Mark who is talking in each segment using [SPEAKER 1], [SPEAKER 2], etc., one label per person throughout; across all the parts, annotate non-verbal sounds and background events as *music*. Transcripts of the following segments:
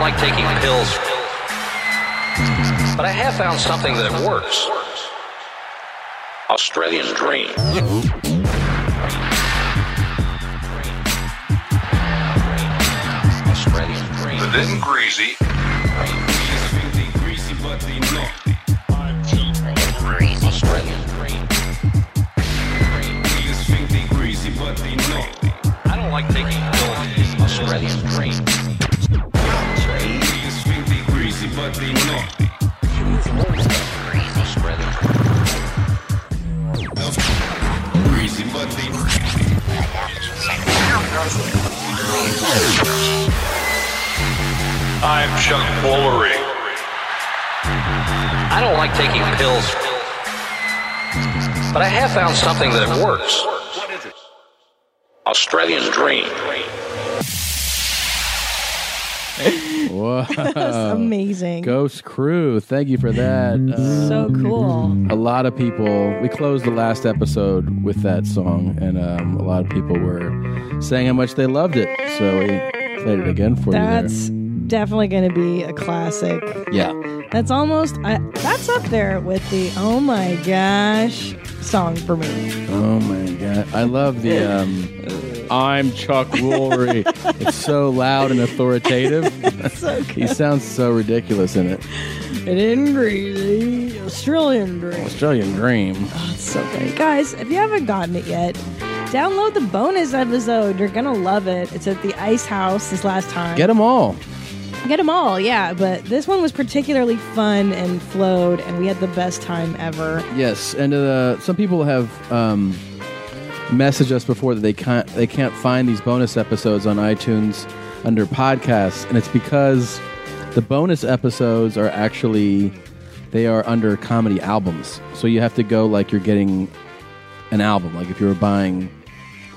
[SPEAKER 1] like taking pills, but I have found something that works.
[SPEAKER 2] Australian Dream. Australian Dream.
[SPEAKER 3] The Dead and Greasy.
[SPEAKER 2] Australian Dream.
[SPEAKER 1] I don't like taking pills.
[SPEAKER 2] Australian Dream. Australian
[SPEAKER 3] I'm Chuck Woolery.
[SPEAKER 1] I don't like taking pills, but I have found something that works.
[SPEAKER 2] Australian Dream.
[SPEAKER 4] That's
[SPEAKER 5] Whoa. *laughs*
[SPEAKER 4] amazing.
[SPEAKER 5] Ghost Crew. Thank you for that.
[SPEAKER 4] Mm-hmm.
[SPEAKER 5] Uh,
[SPEAKER 4] So cool.
[SPEAKER 5] a lot of people. We closed the last episode with that song, and um, a lot of people were saying how much they loved it. So we played it again for
[SPEAKER 4] That's definitely going to be a classic.
[SPEAKER 5] you. There. Yeah.
[SPEAKER 4] That's almost I, that's up there with the oh my gosh song for me.
[SPEAKER 5] Oh my god, I love the. Um, I'm Chuck Woolery. it's so loud and authoritative.
[SPEAKER 4] *laughs* So
[SPEAKER 5] he
[SPEAKER 4] good.
[SPEAKER 5] sounds so ridiculous in it.
[SPEAKER 4] It in greasy Australian dream.
[SPEAKER 5] Australian Dream.
[SPEAKER 4] It's so great, guys. If you haven't gotten it yet, download the bonus episode. You're gonna love it. It's at the Ice House this last time.
[SPEAKER 5] Get them all.
[SPEAKER 4] Get them all, yeah. But this one was particularly fun and flowed, and we had the best time ever.
[SPEAKER 5] Yes, and uh, some people have um, messaged us before that they can't they can't find these bonus episodes on iTunes under podcasts, and it's because the bonus episodes are actually they are under comedy albums. So you have to go like you're getting an album, like if you were buying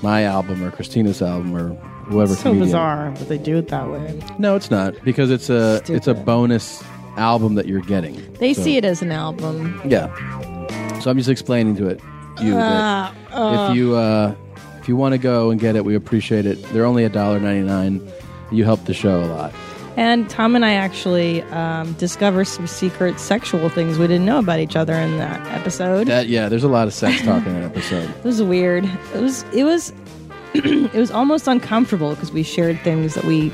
[SPEAKER 5] my album or Christina's album or whoever.
[SPEAKER 4] So
[SPEAKER 5] comedian.
[SPEAKER 4] bizarre that they do it that way.
[SPEAKER 5] No, it's not because it's a it's a
[SPEAKER 4] Stupid.
[SPEAKER 5] bonus album that you're getting.
[SPEAKER 4] They
[SPEAKER 5] So-
[SPEAKER 4] see it as an album.
[SPEAKER 5] yeah. So I'm just explaining to it you
[SPEAKER 4] Ah,
[SPEAKER 5] that
[SPEAKER 4] oh.
[SPEAKER 5] if you uh, if you want to go and get it, we appreciate it. They're only a dollar ninety nine. You help the show a lot.
[SPEAKER 4] And Tom and I actually um, discovered some secret sexual things we didn't know about each other in that episode.
[SPEAKER 5] That yeah, there's a lot of sex talk in that
[SPEAKER 4] *laughs*
[SPEAKER 5] episode.
[SPEAKER 4] it was weird. It was it was *clears throat* it was almost uncomfortable because we shared things that we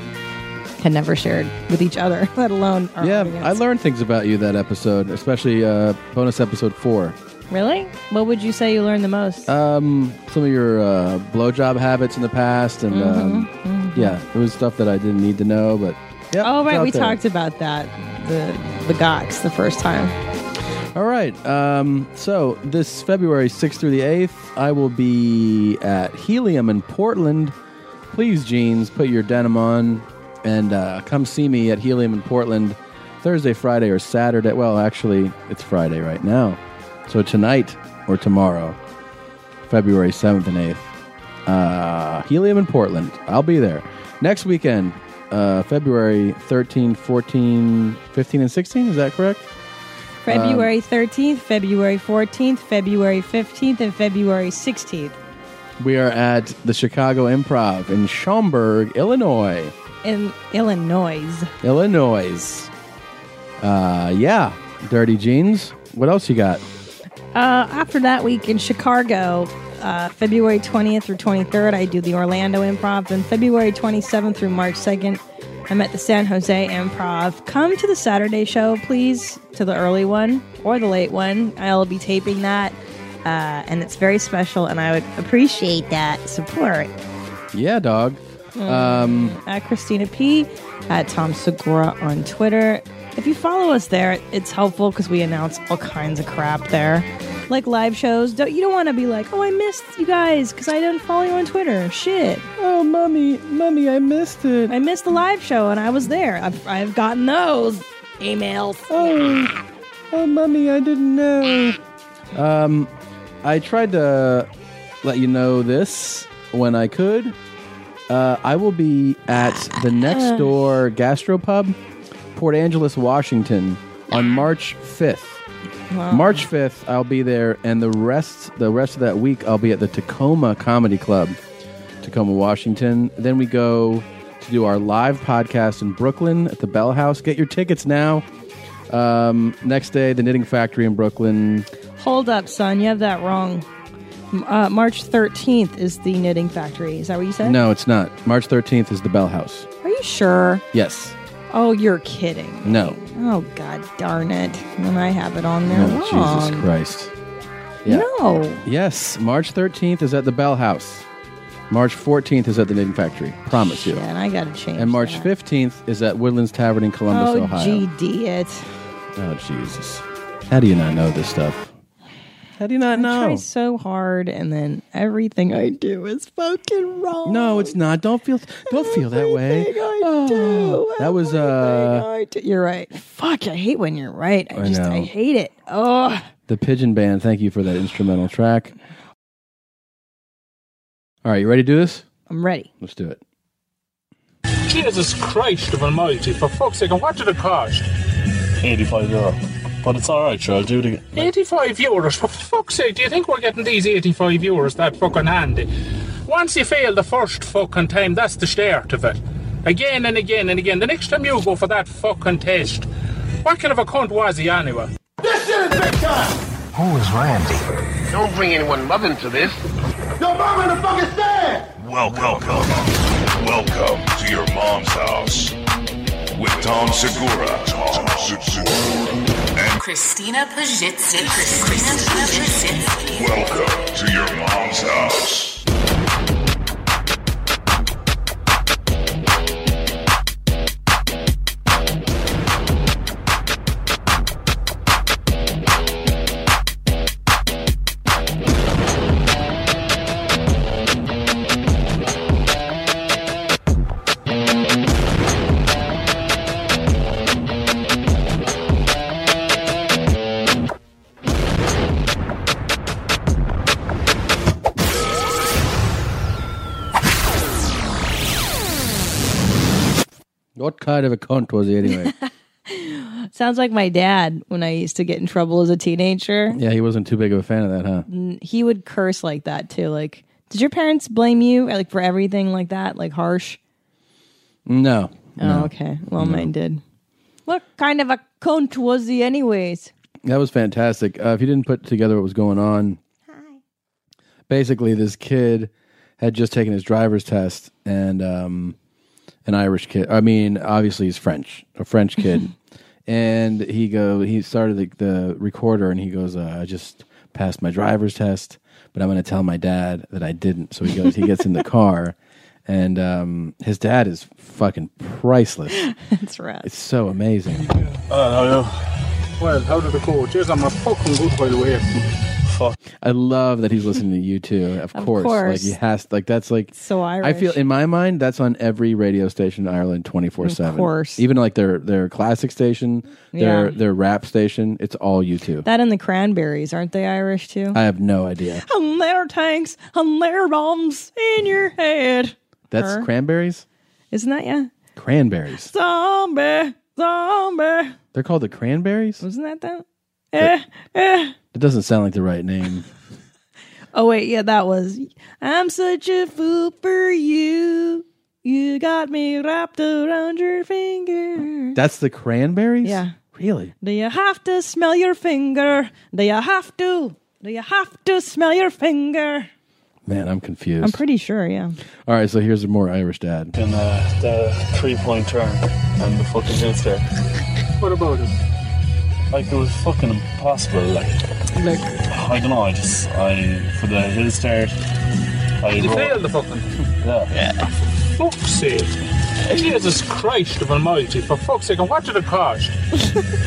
[SPEAKER 4] had never shared with each other, *laughs* let alone our
[SPEAKER 5] Yeah,
[SPEAKER 4] audience.
[SPEAKER 5] I learned things about you that episode, especially uh, bonus episode four.
[SPEAKER 4] Really? What would you say you learned the most?
[SPEAKER 5] Um, some of your uh, blowjob habits in the past, and um, yeah, it was stuff that I didn't need to know, but. yeah,
[SPEAKER 4] Mm-hmm, oh
[SPEAKER 5] it's
[SPEAKER 4] right,
[SPEAKER 5] out
[SPEAKER 4] we
[SPEAKER 5] there.
[SPEAKER 4] talked about that the the Gox the first time.
[SPEAKER 5] All right. Um, so this February 6th through the 8th, I will be at Helium in Portland. Please, jeans, put your denim on and uh, come see me at Helium in Portland Thursday, Friday, or Saturday. Well, actually, it's Friday right now. So tonight or tomorrow, February 7th and 8th uh, Helium in Portland. I'll be there. Next weekend, uh, February 13, 14, 15, and 16. Is that correct? Um,
[SPEAKER 4] February thirteenth, February fourteenth, February fifteenth, and February sixteenth.
[SPEAKER 5] We are at the Chicago Improv in Schaumburg, Illinois.
[SPEAKER 4] in Illinois.
[SPEAKER 5] Illinois. Uh, yeah, Dirty Jeans. What else you got?
[SPEAKER 4] Uh, after that week in Chicago, uh, February 20th through 23rd, I do the Orlando Improv. Then February 27th through March 2nd, I'm at the San Jose Improv. Come to the Saturday show, please, to the early one or the late one. I'll be taping that. Uh, and it's very special, and I would appreciate that support.
[SPEAKER 5] Yeah, dog. Um,
[SPEAKER 4] at Christina P, at Tom Segura on Twitter. If you follow us there, it's helpful because we announce all kinds of crap there, like live shows. Don't you don't want to be like, oh, I missed you guys because I didn't follow you on Twitter. Shit,
[SPEAKER 5] oh, mummy, mummy, I missed it.
[SPEAKER 4] I missed the live show and I was there. I've, I've gotten those emails.
[SPEAKER 5] Oh, oh, mummy, I didn't know. Um, I tried to let you know this when I could. Uh, I will be at the next door gastropub, Port Angeles, Washington, on March fifth. March fifth, I'll be there, and the rest the rest of that week, I'll be at the Tacoma Comedy Club, Tacoma, Washington. Then we go to do our live podcast in Brooklyn at the Bell House. Get your tickets now. Um, next day, the Knitting Factory in Brooklyn.
[SPEAKER 4] Hold up, son. You have that wrong. M- Uh, March 13th is the Knitting Factory. Is that what you said?
[SPEAKER 5] No, it's not. March 13th is the Bell House.
[SPEAKER 4] Are you sure?
[SPEAKER 5] Yes.
[SPEAKER 4] Oh, you're kidding.
[SPEAKER 5] No.
[SPEAKER 4] Oh, God darn it. Then I have it on there
[SPEAKER 5] Oh,
[SPEAKER 4] wrong.
[SPEAKER 5] Jesus Christ.
[SPEAKER 4] No.
[SPEAKER 5] Yes, March 13th is at the Bell House. March 14th is at the Knitting Factory. Promise
[SPEAKER 4] Shit,
[SPEAKER 5] you.
[SPEAKER 4] I got to change
[SPEAKER 5] And March
[SPEAKER 4] that.
[SPEAKER 5] 15th is at Woodlands Tavern in Columbus,
[SPEAKER 4] Oh,
[SPEAKER 5] Ohio.
[SPEAKER 4] GD it.
[SPEAKER 5] Oh, Jesus. How do you not know this stuff? How do you not
[SPEAKER 4] I try
[SPEAKER 5] know?
[SPEAKER 4] so hard, and then everything I do is fucking wrong.
[SPEAKER 5] No, it's not. Don't feel don't feel that way.
[SPEAKER 4] *laughs* Everything I
[SPEAKER 5] Oh,
[SPEAKER 4] do.
[SPEAKER 5] that was
[SPEAKER 4] everything
[SPEAKER 5] uh
[SPEAKER 4] I do- You're right. Fuck, I hate when you're right. I,
[SPEAKER 5] I
[SPEAKER 4] just, I
[SPEAKER 5] know.
[SPEAKER 4] hate it. Oh,
[SPEAKER 5] the Pigeon Band. Thank you for that instrumental track. All right, you ready to do this?
[SPEAKER 4] I'm ready.
[SPEAKER 5] Let's do it.
[SPEAKER 6] Jesus Christ of Almighty, for fuck's sake, and what did it cost?
[SPEAKER 7] 85 euro. But it's alright, sure, I'll do it again.
[SPEAKER 6] 85 euros, for fuck's sake, do you think we're getting these 85 euros that fucking handy? Once you fail the first fucking time, that's the start of it. Again and again and again. The next time you go for that fucking test, what kind of a cunt was he anyway?
[SPEAKER 8] Don't bring anyone loving to this.
[SPEAKER 3] Welcome. Welcome to your mom's house with Tom Segura. Tom Segura. And
[SPEAKER 9] Christina Pajitsky. Christina Pajitsky.
[SPEAKER 3] welcome to your mom's house.
[SPEAKER 5] What kind of a cunt was he anyway?
[SPEAKER 4] Sounds like my dad when I used to get in trouble as a teenager.
[SPEAKER 5] yeah, he wasn't too big of a fan of that, huh?
[SPEAKER 4] He would curse like that too. Like, did your parents blame you like for everything like that? Like harsh?
[SPEAKER 5] No.
[SPEAKER 4] Oh, okay. Well, mine did. What kind of a cunt was he, anyways?
[SPEAKER 5] That was fantastic. Uh, if you didn't put together what was going on, basically this kid had just taken his driver's test and um, an Irish kid. I mean, obviously he's French, a French kid, and he go he started the, the recorder and he goes, uh, "I just passed my driver's test, but I'm going to tell my dad that I didn't." So he goes, he gets in the car, and um, his dad is fucking priceless.
[SPEAKER 4] *laughs* That's right.
[SPEAKER 5] It's so amazing.
[SPEAKER 6] Well, how did it go? Jeez, I'm a fucking good while away from
[SPEAKER 5] I love that he's listening to you too.
[SPEAKER 4] *laughs*
[SPEAKER 5] Of, course.
[SPEAKER 4] course.
[SPEAKER 5] like he has like that's like
[SPEAKER 4] So
[SPEAKER 5] I
[SPEAKER 4] Irish.
[SPEAKER 5] feel in my mind that's on every radio station in Ireland twenty four seven.
[SPEAKER 4] Of course.
[SPEAKER 5] even like their their classic station,
[SPEAKER 4] Yeah.
[SPEAKER 5] their their rap station, it's all you two.
[SPEAKER 4] That and the cranberries, aren't they Irish too?
[SPEAKER 5] I have no idea.
[SPEAKER 4] and their tanks and their bombs in your head.
[SPEAKER 5] That's
[SPEAKER 4] Her?
[SPEAKER 5] cranberries.
[SPEAKER 4] Isn't that yeah?
[SPEAKER 5] Cranberries.
[SPEAKER 4] Zombie, zombie.
[SPEAKER 5] They're called the cranberries.
[SPEAKER 4] Isn't that them? Eh, eh.
[SPEAKER 5] It doesn't sound like the right name.
[SPEAKER 4] *laughs* Oh wait, yeah, that was. I'm such a fool for you. You got me wrapped around your finger.
[SPEAKER 5] That's the cranberries.
[SPEAKER 4] Yeah.
[SPEAKER 5] Really?
[SPEAKER 4] Do you have to smell your finger? Do you have to? Do you have to smell your finger?
[SPEAKER 5] Man, I'm confused.
[SPEAKER 4] I'm pretty sure, yeah.
[SPEAKER 5] all right, so here's a more Irish dad.
[SPEAKER 7] And uh, the three point turn and the fucking hits there.
[SPEAKER 6] What about it?
[SPEAKER 7] Like, it was fucking impossible. Like,
[SPEAKER 4] Look,
[SPEAKER 7] I don't know, I just, I, for the hill start, I
[SPEAKER 6] You
[SPEAKER 7] wrote,
[SPEAKER 6] failed the fucking.
[SPEAKER 7] yeah.
[SPEAKER 6] Fuck's sake. Jesus Christ of Almighty, for fuck's sake, and what did it cost?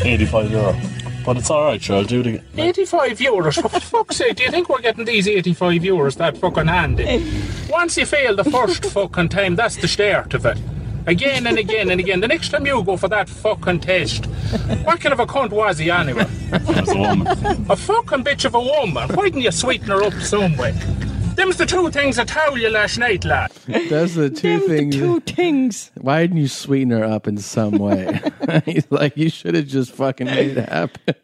[SPEAKER 7] 85 euro. But it's alright, sure, I'll do it again.
[SPEAKER 6] 85 euros, for fuck's sake, do you think we're getting these 85 euros that fucking handy? Once you fail the first fucking time, that's the start of it. Again and again and again. The next time you go for that fucking test, what kind of a cunt was he anyway?
[SPEAKER 7] It was a woman.
[SPEAKER 6] A fucking bitch of a woman. Why didn't you sweeten her up some way? Them's the two things I told you last night, lad.
[SPEAKER 5] That's the two
[SPEAKER 4] them the
[SPEAKER 5] things.
[SPEAKER 4] two things.
[SPEAKER 5] Why didn't you sweeten her up in some *laughs* way? He's like, you should have just fucking made it happen.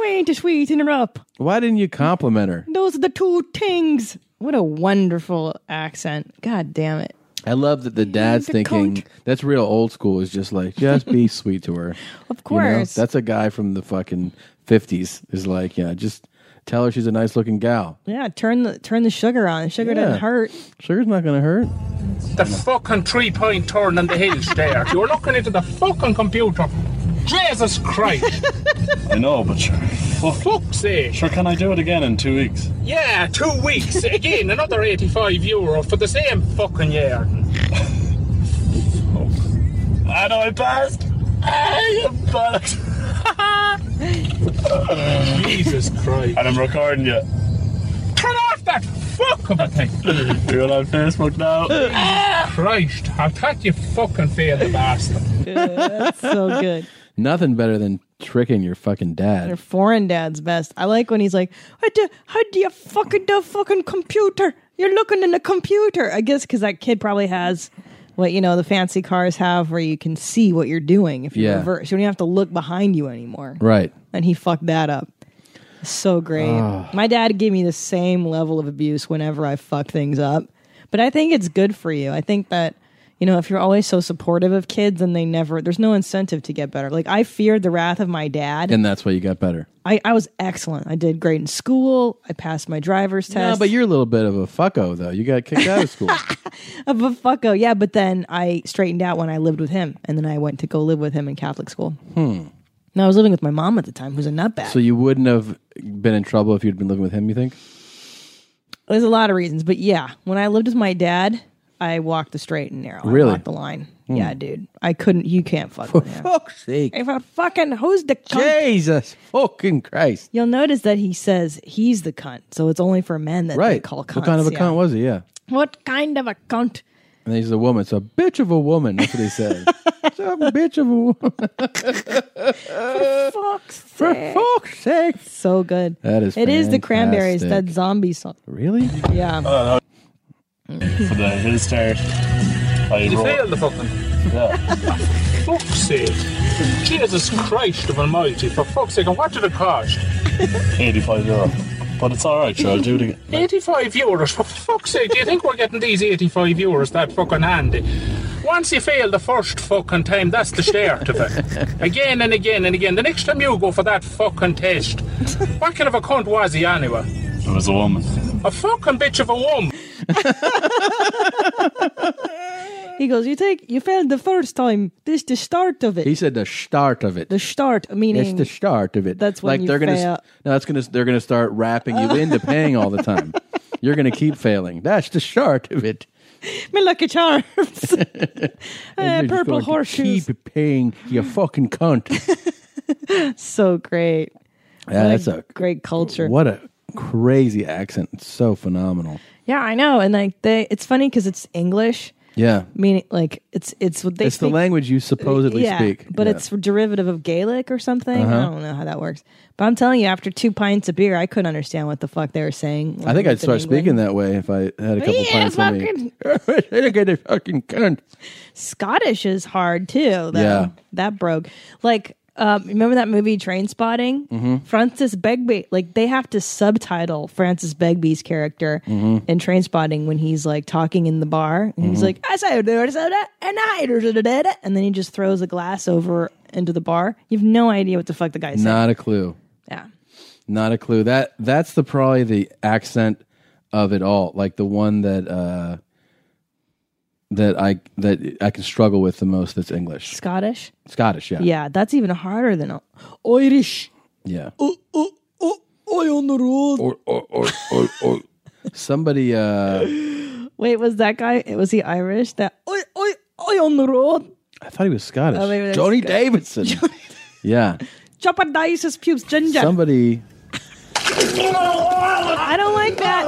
[SPEAKER 4] We ain't to sweeten her up.
[SPEAKER 5] Why didn't you compliment her?
[SPEAKER 4] Those are the two things. What a wonderful accent. God damn it.
[SPEAKER 5] I love that the dad's
[SPEAKER 4] the
[SPEAKER 5] thinking
[SPEAKER 4] cunt.
[SPEAKER 5] that's real old school is just like *laughs* just be sweet to her.
[SPEAKER 4] Of
[SPEAKER 5] You know?
[SPEAKER 4] course.
[SPEAKER 5] that's a guy from the fucking fifties is like yeah, just tell her she's a nice looking gal.
[SPEAKER 4] Yeah, turn the turn the sugar on. Sugar
[SPEAKER 5] Yeah.
[SPEAKER 4] doesn't hurt.
[SPEAKER 5] Sugar's not gonna hurt.
[SPEAKER 6] The fucking three point turn on the hills there. You're looking into the fucking computer. Jesus Christ.
[SPEAKER 7] I know, but sure. Fuck.
[SPEAKER 6] Fuck's sake.
[SPEAKER 7] Sure, can I do it again in two weeks?
[SPEAKER 6] Yeah, two weeks. *laughs* Again, another 85 euro for the same fucking yard.
[SPEAKER 7] I know I passed. Ah, you bollocks.
[SPEAKER 6] Jesus *laughs* Christ.
[SPEAKER 7] And I'm recording you. *laughs*
[SPEAKER 6] Turn off that fuck of a thing.
[SPEAKER 7] You're on Facebook now.
[SPEAKER 6] Christ, I thought you fucking failed the bastard.
[SPEAKER 5] *laughs*
[SPEAKER 4] So good.
[SPEAKER 5] Nothing better than tricking your fucking
[SPEAKER 4] Their
[SPEAKER 5] dad.
[SPEAKER 4] foreign dad's best. I like when he's like, "How do how do you fucking do fucking computer? You're looking in the computer." I guess because that kid probably has what you know the fancy cars have, where you can see what you're doing if you
[SPEAKER 5] Yeah.
[SPEAKER 4] reverse. You don't have to look behind you anymore.
[SPEAKER 5] Right.
[SPEAKER 4] and he fucked that up. So great. My dad gave me the same level of abuse whenever I fuck things up. But I think it's good for you. I think that you know, if you're always so supportive of kids and they never there's no incentive to get better. Like I feared the wrath of my dad.
[SPEAKER 5] And that's why you got better.
[SPEAKER 4] I, I was excellent. I did great in school. I passed my driver's
[SPEAKER 5] No,
[SPEAKER 4] test.
[SPEAKER 5] but you're a little bit of a fucko though. You got kicked out of
[SPEAKER 4] *laughs*
[SPEAKER 5] school.
[SPEAKER 4] of a fucko, yeah. But then I straightened out when I lived with him, and then I went to go live with him in Catholic school. Hmm. No, I was living with my mom at the time, who's a nutbag.
[SPEAKER 5] so you wouldn't have been in trouble if you'd been living with him, you think?
[SPEAKER 4] There's a lot of reasons, but yeah, when I lived with my dad, I walked the straight and narrow.
[SPEAKER 5] Really? Hmm.
[SPEAKER 4] I walked the line. Yeah, dude. I couldn't. You can't fuck with
[SPEAKER 5] *laughs*
[SPEAKER 4] him.
[SPEAKER 5] Fuck's sake.
[SPEAKER 4] If I fucking who's the cunt?
[SPEAKER 5] Jesus fucking Christ.
[SPEAKER 4] You'll notice that he says he's the cunt, so it's only for men that they
[SPEAKER 5] Right.
[SPEAKER 4] call cunts.
[SPEAKER 5] what kind of a
[SPEAKER 4] yeah.
[SPEAKER 5] cunt was he? Yeah.
[SPEAKER 4] What kind of a cunt?
[SPEAKER 5] And he's a woman. So a bitch of a woman. That's what he said.
[SPEAKER 4] *laughs*
[SPEAKER 5] so a bitch of a woman.
[SPEAKER 4] Fuck's
[SPEAKER 5] *laughs* For
[SPEAKER 4] sake.
[SPEAKER 5] fuck's sake.
[SPEAKER 4] So good.
[SPEAKER 5] That is
[SPEAKER 4] It is the Cranberries.
[SPEAKER 5] fantastic. Uh,
[SPEAKER 4] That zombie song.
[SPEAKER 5] Really?
[SPEAKER 4] Yeah.
[SPEAKER 7] For the hill start. I
[SPEAKER 6] You
[SPEAKER 7] wrote.
[SPEAKER 6] failed the fucking. *laughs*
[SPEAKER 7] Yeah.
[SPEAKER 6] Fuck's sake. Jesus Christ of Almighty, for fuck's sake, and what did it cost?
[SPEAKER 7] 85 euro. But it's alright, sure, I'll do it again.
[SPEAKER 6] 85 euros, for fuck's sake, do you think we're getting these 85 euros that fucking handy? Once you fail the first fucking time, that's the start of it. Again and again and again. The next time you go for that fucking test, what kind of a cunt was he anyway?
[SPEAKER 7] It was a woman.
[SPEAKER 6] A fucking bitch of a woman.
[SPEAKER 4] He goes, You take you failed the first time. This the start of it.
[SPEAKER 5] He said the start of it.
[SPEAKER 4] the start
[SPEAKER 5] it's
[SPEAKER 4] meaning
[SPEAKER 5] the start of it.
[SPEAKER 4] That's when
[SPEAKER 5] like
[SPEAKER 4] you
[SPEAKER 5] they're gonna s-
[SPEAKER 4] fail.
[SPEAKER 5] no, that's gonna s- they're gonna start wrapping you into paying all the
[SPEAKER 4] *laughs*
[SPEAKER 5] time. You're gonna keep failing. That's the start of it.
[SPEAKER 4] me
[SPEAKER 5] *laughs*
[SPEAKER 4] lucky charms.
[SPEAKER 5] You're
[SPEAKER 4] Uh,
[SPEAKER 5] just going
[SPEAKER 4] purple
[SPEAKER 5] to
[SPEAKER 4] horseshoes.
[SPEAKER 5] Keep paying you fucking
[SPEAKER 4] *laughs*
[SPEAKER 5] cunt.
[SPEAKER 4] So great.
[SPEAKER 5] Yeah, that's a
[SPEAKER 4] Great culture.
[SPEAKER 5] what a crazy accent. It's so phenomenal.
[SPEAKER 4] Yeah, I know. And like they it's funny cuz it's English,
[SPEAKER 5] Yeah.
[SPEAKER 4] meaning like it's it's what they
[SPEAKER 5] It's the
[SPEAKER 4] speak-
[SPEAKER 5] language you supposedly
[SPEAKER 4] yeah,
[SPEAKER 5] speak.
[SPEAKER 4] But
[SPEAKER 5] Yeah. Uh-huh.
[SPEAKER 4] it's derivative of Gaelic or something. I don't know how that works. But I'm telling you after 2 pints of beer, I couldn't understand what the fuck they were saying. when
[SPEAKER 5] I think
[SPEAKER 4] we
[SPEAKER 5] I'd
[SPEAKER 4] lived
[SPEAKER 5] start
[SPEAKER 4] in England.
[SPEAKER 5] speaking that way if I had a couple
[SPEAKER 4] Yeah,
[SPEAKER 5] pints of me. *laughs* I don't get a fucking cunt.
[SPEAKER 4] Scottish is hard too. Though.
[SPEAKER 5] Yeah.
[SPEAKER 4] that broke. Like, um, remember that movie Train Spotting? Francis Begbie. Like, they have to subtitle Francis Begbie's character in Train Spotting when he's like talking in the bar, and he's like, "I say do soda and I do soda," and then he just throws a glass over into the bar. You have no idea what the fuck the guy's saying.
[SPEAKER 5] Not a clue.
[SPEAKER 4] Yeah,
[SPEAKER 5] Not a clue. That that's the probably the accent of it all. Like the one that uh that I that I can struggle with the most that's English.
[SPEAKER 4] Scottish.
[SPEAKER 5] Scottish, yeah.
[SPEAKER 4] Yeah, that's even harder than Irish.
[SPEAKER 5] Yeah.
[SPEAKER 4] I on the road.
[SPEAKER 5] Or or or or, or. somebody uh
[SPEAKER 4] Wait, was that guy? Was he Irish? That oi oi oi on the road.
[SPEAKER 5] I thought he was Scottish.
[SPEAKER 4] Oh, maybe that's
[SPEAKER 5] Johnny Davidson.
[SPEAKER 4] *laughs*
[SPEAKER 5] yeah.
[SPEAKER 4] Chop and dice his pubes, ginger.
[SPEAKER 5] Somebody
[SPEAKER 4] I don't like that.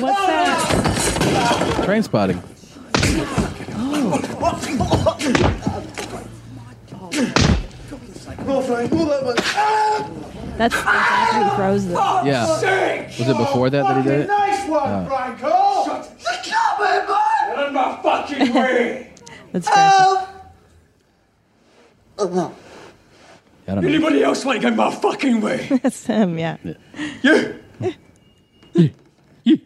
[SPEAKER 4] What's that?
[SPEAKER 5] train spotting.
[SPEAKER 4] That's, that's after he throws the.
[SPEAKER 5] Yeah. Was it before that that he did it?
[SPEAKER 8] Oh,
[SPEAKER 5] Oh.
[SPEAKER 8] Nice one, Franco! Shut the cupboard, man! Get in my fucking way!
[SPEAKER 4] That's crazy.
[SPEAKER 5] I don't know.
[SPEAKER 8] Anybody else want to get in my fucking way?
[SPEAKER 4] *laughs* That's him, yeah.
[SPEAKER 8] You! You! You!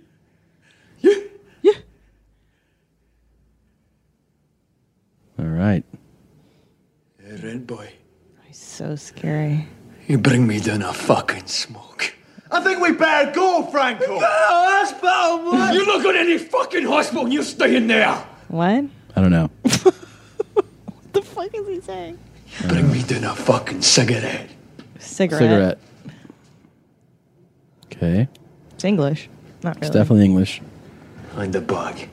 [SPEAKER 4] so scary.
[SPEAKER 7] You bring me down a fucking smoke.
[SPEAKER 6] I think we better go, Franco.
[SPEAKER 7] hospital,
[SPEAKER 6] You look at any fucking hospital and you stay in there.
[SPEAKER 4] What?
[SPEAKER 5] I don't know.
[SPEAKER 4] The fuck is he saying?
[SPEAKER 7] Bring me down a fucking cigarette.
[SPEAKER 5] Cigarette.
[SPEAKER 4] Cigarette.
[SPEAKER 5] Okay.
[SPEAKER 4] It's English. Not really.
[SPEAKER 5] It's definitely English.
[SPEAKER 7] And a bag.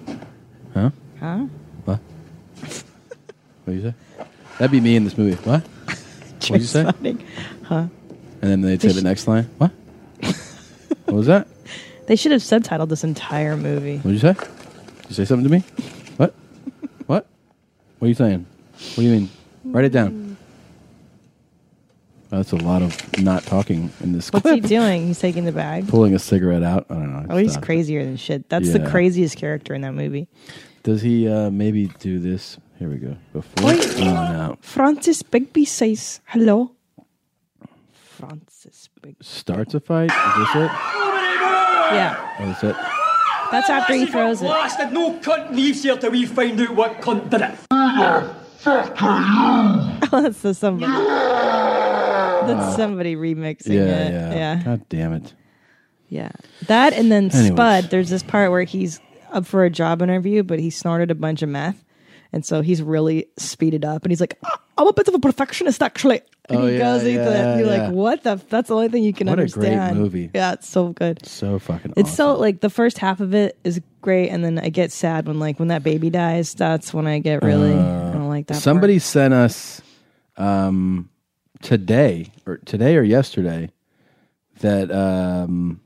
[SPEAKER 5] Huh?
[SPEAKER 4] Huh?
[SPEAKER 5] What? What you say? That'd be me in this movie. What? What'd you say?
[SPEAKER 4] Exciting.
[SPEAKER 5] And then they say the next line. What? what was that?
[SPEAKER 4] They should have subtitled this entire movie.
[SPEAKER 5] What'd you say? Did you say something to me? What? What? What are you saying? What do you mean? Write it down. That's a lot of not talking in this
[SPEAKER 4] What's
[SPEAKER 5] *laughs* clip.
[SPEAKER 4] he doing? He's taking the bag.
[SPEAKER 5] Pulling a cigarette out. I don't know.
[SPEAKER 4] Oh, he's
[SPEAKER 5] Stop.
[SPEAKER 4] crazier than shit. That's
[SPEAKER 5] Yeah.
[SPEAKER 4] the craziest character in that movie.
[SPEAKER 5] Does he uh, maybe do this? Here we go. Before
[SPEAKER 4] Wait.
[SPEAKER 5] going out,
[SPEAKER 4] Francis Bigby says hello. Francis Bigby.
[SPEAKER 5] starts a fight. Is this it?
[SPEAKER 4] Yeah,
[SPEAKER 5] Oh, that's it.
[SPEAKER 4] that's after he throws it.
[SPEAKER 6] Blasted, no cunt leaves here till we find out what cunt did it.
[SPEAKER 4] *laughs* Oh, that's the somebody. That's somebody remixing
[SPEAKER 5] Yeah,
[SPEAKER 4] it.
[SPEAKER 5] yeah,
[SPEAKER 4] yeah.
[SPEAKER 5] God damn it.
[SPEAKER 4] Yeah. That and then
[SPEAKER 5] Anyways.
[SPEAKER 4] Spud, there's this part where he's up for a job interview, but he snorted a bunch of meth. And so he's really speeded up and he's like, "Ah, I'm a bit of a perfectionist actually. And
[SPEAKER 5] Oh,
[SPEAKER 4] he
[SPEAKER 5] yeah,
[SPEAKER 4] goes into that.
[SPEAKER 5] yeah,
[SPEAKER 4] You're
[SPEAKER 5] yeah.
[SPEAKER 4] like, what the? F-? That's the only thing you can
[SPEAKER 5] What a great
[SPEAKER 4] understand.
[SPEAKER 5] movie.
[SPEAKER 4] Yeah, it's so good.
[SPEAKER 5] So fucking.
[SPEAKER 4] It's so
[SPEAKER 5] awesome.
[SPEAKER 4] like the first half of it is great. And then I get sad when like when that baby dies, that's when I get really, I don't like that. part.
[SPEAKER 5] Uh, Somebody sent us um, today or today or yesterday that um,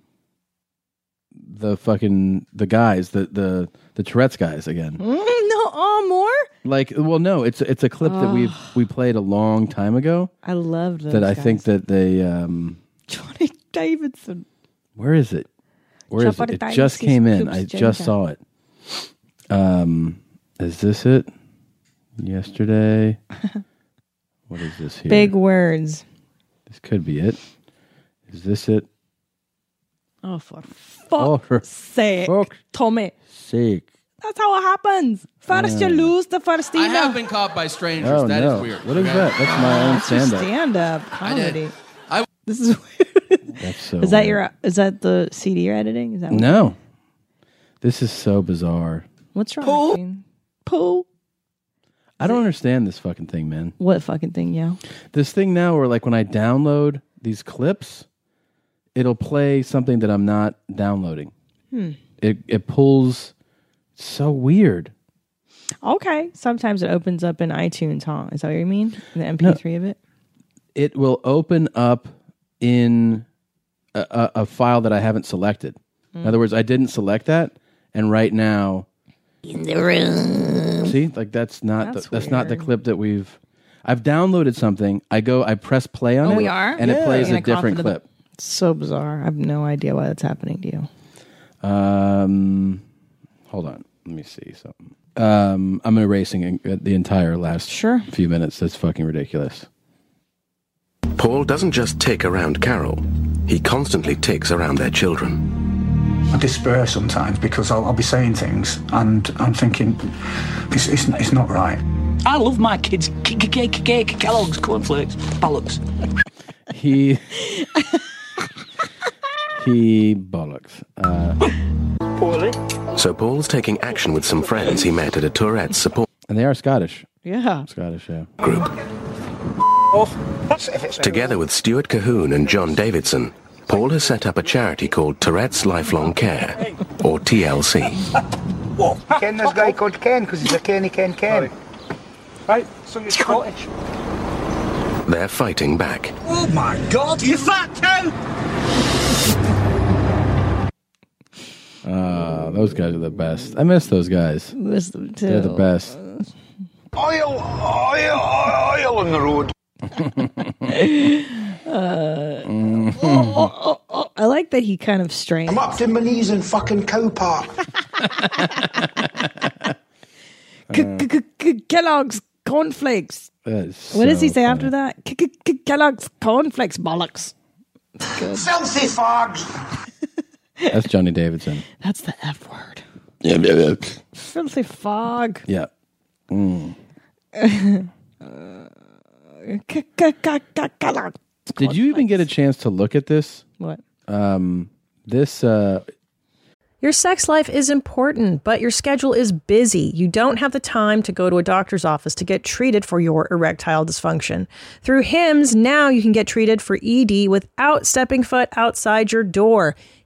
[SPEAKER 5] the fucking the guys the the the Tourette's guys again.
[SPEAKER 4] Mm, no, oh, more?
[SPEAKER 5] Like, well, no, it's it's a clip that we we played a long time ago
[SPEAKER 4] I loved those
[SPEAKER 5] that I think
[SPEAKER 4] guys.
[SPEAKER 5] that they. Um,
[SPEAKER 4] *laughs* Johnny Davidson.
[SPEAKER 5] where is it? Where is it? It just came in. I just saw it. Um, is this it?
[SPEAKER 4] *laughs*
[SPEAKER 5] Yesterday. what is this here?
[SPEAKER 4] Big words.
[SPEAKER 5] This could be it. Is this it?
[SPEAKER 4] Oh, for fuck's
[SPEAKER 5] Oh, for
[SPEAKER 4] sake,
[SPEAKER 5] fuck's
[SPEAKER 4] Tommy.
[SPEAKER 5] sake!
[SPEAKER 4] That's how it happens. First you lose the first email.
[SPEAKER 10] I have been caught by strangers.
[SPEAKER 5] Oh
[SPEAKER 10] That is
[SPEAKER 5] no!
[SPEAKER 10] weird.
[SPEAKER 5] What is
[SPEAKER 10] okay?
[SPEAKER 5] that? That's my own
[SPEAKER 4] That's your
[SPEAKER 5] stand-up.
[SPEAKER 4] stand-up
[SPEAKER 10] did.
[SPEAKER 4] comedy.
[SPEAKER 10] I-
[SPEAKER 4] this is *laughs* weird.
[SPEAKER 5] That's so.
[SPEAKER 4] is that
[SPEAKER 5] weird.
[SPEAKER 4] your? Is that the CD you're editing? Is that what-
[SPEAKER 5] No. This is so bizarre.
[SPEAKER 4] What's wrong? Poo. Poo.
[SPEAKER 5] I don't understand this fucking thing, man.
[SPEAKER 4] What fucking thing, yo?
[SPEAKER 5] This thing now, where like when I download these clips, it'll play something that I'm not downloading.
[SPEAKER 4] Hmm.
[SPEAKER 5] It it pulls. it's so weird.
[SPEAKER 4] Okay. Sometimes it opens up in iTunes, huh? Is that what you mean? The MP3 of it.
[SPEAKER 5] It will open up in a, a, a file that I haven't selected. In
[SPEAKER 4] Hmm.
[SPEAKER 5] other words, I didn't select that, and right now See, like that's not
[SPEAKER 4] That's
[SPEAKER 5] the, that's not the
[SPEAKER 4] weird.
[SPEAKER 5] clip that we've. I've downloaded something. I go. I press play on
[SPEAKER 4] Oh,
[SPEAKER 5] it.
[SPEAKER 4] we are?
[SPEAKER 5] and it
[SPEAKER 4] Yeah.
[SPEAKER 5] plays
[SPEAKER 4] Gonna
[SPEAKER 5] a
[SPEAKER 4] cough
[SPEAKER 5] different
[SPEAKER 4] into the-
[SPEAKER 5] clip.
[SPEAKER 4] So bizarre. I have no idea why that's happening to you.
[SPEAKER 5] Um, hold on. Let me see something. Um, I'm erasing in- uh, the entire last
[SPEAKER 4] Sure.
[SPEAKER 5] few minutes. That's fucking ridiculous.
[SPEAKER 4] *laughs*
[SPEAKER 8] Paul doesn't just tick around Carol, he constantly ticks around their children.
[SPEAKER 7] I despair sometimes because I'll, I'll be saying things and I'm thinking, it's, it's, it's not right.
[SPEAKER 6] I love my kids. Kellogg's cornflakes, bollocks.
[SPEAKER 5] He he bollocks. Uh,
[SPEAKER 8] So Paul's taking action with some friends he met at a Tourette's support
[SPEAKER 5] and they are Scottish.
[SPEAKER 4] Yeah.
[SPEAKER 5] Scottish. Yeah.
[SPEAKER 8] group.
[SPEAKER 6] *laughs*
[SPEAKER 8] Together with Stuart Cahoon and John Davidson, Paul has set up a charity called Tourette's Lifelong Care, or TLC.
[SPEAKER 6] Ken this guy called Ken because he's a Kenny Ken Ken. Right, so you're Scottish.
[SPEAKER 8] They're fighting back.
[SPEAKER 6] Oh my god, you fat cow!
[SPEAKER 5] Uh, those guys are the best. I miss those guys.
[SPEAKER 4] Miss them too.
[SPEAKER 5] They're the best.
[SPEAKER 11] Oil, oil, oil on the road.
[SPEAKER 4] I like that he kind of strains.
[SPEAKER 6] I'm up to my knees in fucking
[SPEAKER 4] *laughs*
[SPEAKER 6] cow park.
[SPEAKER 4] Kellogg's cornflakes.
[SPEAKER 5] What
[SPEAKER 4] What does he say after that? Kellogg's cornflakes bollocks.
[SPEAKER 6] Filthy fogs!
[SPEAKER 5] That's Johnny Davidson.
[SPEAKER 4] That's the F word.
[SPEAKER 5] yeah.
[SPEAKER 4] Filthy fog.
[SPEAKER 5] Yeah. Did you even get a chance to look at this?
[SPEAKER 7] What?
[SPEAKER 5] Um, this uh,
[SPEAKER 4] Your sex life is important, but your schedule is busy. You don't have the time to go to a doctor's office to get treated for your erectile dysfunction. Through HIMS, now you can get treated for ED without stepping foot outside your door.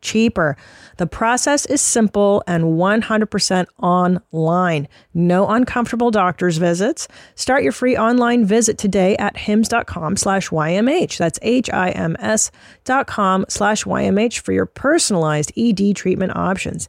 [SPEAKER 4] cheaper. The process is simple and 100% online. No uncomfortable doctor's visits. Start your free online visit today at hims.com slash YMH. That's H-I-M-S dot com slash YMH for your personalized ED treatment options.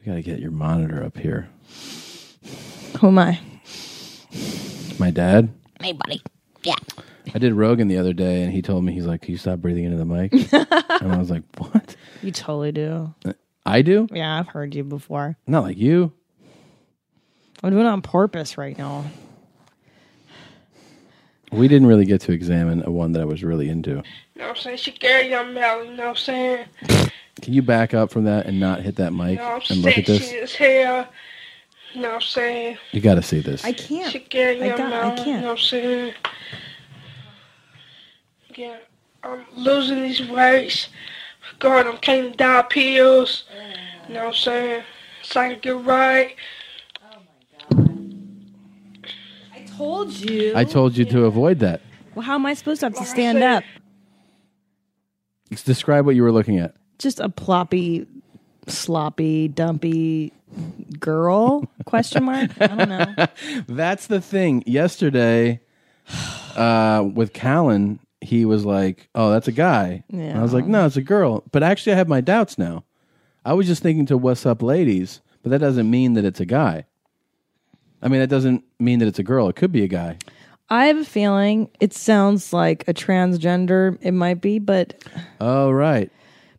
[SPEAKER 5] we gotta get your monitor up here.
[SPEAKER 7] Who am I?
[SPEAKER 5] My dad.
[SPEAKER 7] Hey, buddy. Yeah.
[SPEAKER 5] I did Rogan the other day, and he told me he's like, "Can you stop breathing into the
[SPEAKER 7] *laughs*
[SPEAKER 5] mic?" and I was like, "What?
[SPEAKER 7] You totally do.
[SPEAKER 5] I do?
[SPEAKER 7] Yeah, I've heard you before.
[SPEAKER 5] Not like you."
[SPEAKER 7] I'm doing it on purpose right now.
[SPEAKER 5] We didn't really get to examine a one that I was really into.
[SPEAKER 12] know what I'm saying? She carry your melon, you know what I'm saying?
[SPEAKER 5] Can you back up from that and not hit that
[SPEAKER 12] You
[SPEAKER 5] mic
[SPEAKER 12] know, I'm
[SPEAKER 5] and look at
[SPEAKER 12] sexy
[SPEAKER 5] this?
[SPEAKER 12] as hell. You know what I'm saying?
[SPEAKER 5] You got to see this.
[SPEAKER 12] I can't. She carry
[SPEAKER 7] I
[SPEAKER 12] your
[SPEAKER 7] got- I
[SPEAKER 12] melon, you
[SPEAKER 7] can't.
[SPEAKER 12] know what I'm saying? Yeah, I'm losing these weights. God, I'm taking down pills. You know what I'm saying? So I can get right.
[SPEAKER 7] I told you.
[SPEAKER 5] I told you to avoid that.
[SPEAKER 7] Well, how am I supposed to have to stand up?
[SPEAKER 5] Let's describe what you were looking at.
[SPEAKER 7] Just a ploppy, sloppy, dumpy girl? Question mark. I don't
[SPEAKER 12] *laughs*
[SPEAKER 7] know.
[SPEAKER 5] That's the thing. Yesterday, *sighs* uh, with Callan, he was like, "Oh, that's a guy." And I was like, "No, it's a girl." But actually, I have my doubts now. I was just thinking to "What's up, ladies," but that doesn't mean that it's a guy. I mean, that doesn't mean that it's a girl. It could be a guy.
[SPEAKER 7] I have a feeling it sounds like a transgender. It might be, but
[SPEAKER 5] Oh, right.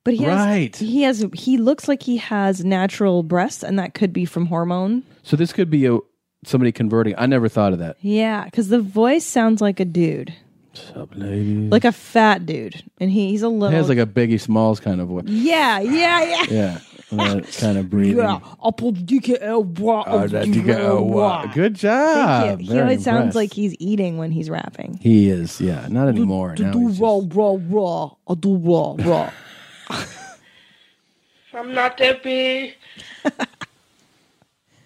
[SPEAKER 7] but he has,
[SPEAKER 5] Right.
[SPEAKER 7] he has he looks like he has natural breasts, and that could be from hormone.
[SPEAKER 5] So this could be a somebody converting. I never thought of that.
[SPEAKER 7] Yeah, because the voice sounds like a dude,
[SPEAKER 5] Ladies.
[SPEAKER 7] like a fat dude, and he, he's a
[SPEAKER 5] It
[SPEAKER 7] little.
[SPEAKER 5] has like a Biggie Smalls kind of voice.
[SPEAKER 7] yeah, yeah, yeah. *laughs*
[SPEAKER 5] Yeah, that kind of breathing.
[SPEAKER 7] I'll pull DKL. wah,
[SPEAKER 5] Oh, that DKL, wah. Good job.
[SPEAKER 7] Thank you. He
[SPEAKER 5] Ah, Very
[SPEAKER 7] always sounds
[SPEAKER 5] impressed.
[SPEAKER 7] like he's eating when he's rapping.
[SPEAKER 5] He is, yeah. Not anymore. Now he's-
[SPEAKER 7] raw, raw, raw. I'll do raw, *laughs* raw.
[SPEAKER 12] I'm not that
[SPEAKER 7] *laughs*
[SPEAKER 12] big.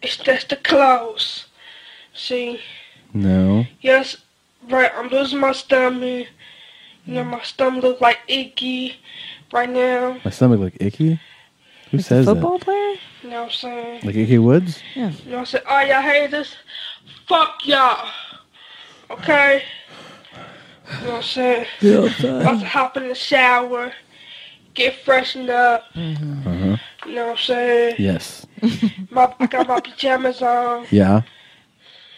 [SPEAKER 12] it's just the clothes. See?
[SPEAKER 5] no.
[SPEAKER 12] Yes, right. I'm losing my stomach. You know, my stomach looks like icky right now.
[SPEAKER 5] My stomach look icky. Who says
[SPEAKER 12] football
[SPEAKER 5] that?
[SPEAKER 7] player?
[SPEAKER 12] You know what I'm saying?
[SPEAKER 5] Like Icky Woods?
[SPEAKER 7] Yeah.
[SPEAKER 12] You know what I'm saying? All y'all haters, fuck y'all. Okay? You know what I'm saying?
[SPEAKER 5] Yeah, I'm sorry.
[SPEAKER 12] About to hop in the shower, get freshened up.
[SPEAKER 5] Uh-huh.
[SPEAKER 12] You know what I'm saying?
[SPEAKER 5] Yes.
[SPEAKER 12] My, I got my pajamas on.
[SPEAKER 5] Yeah.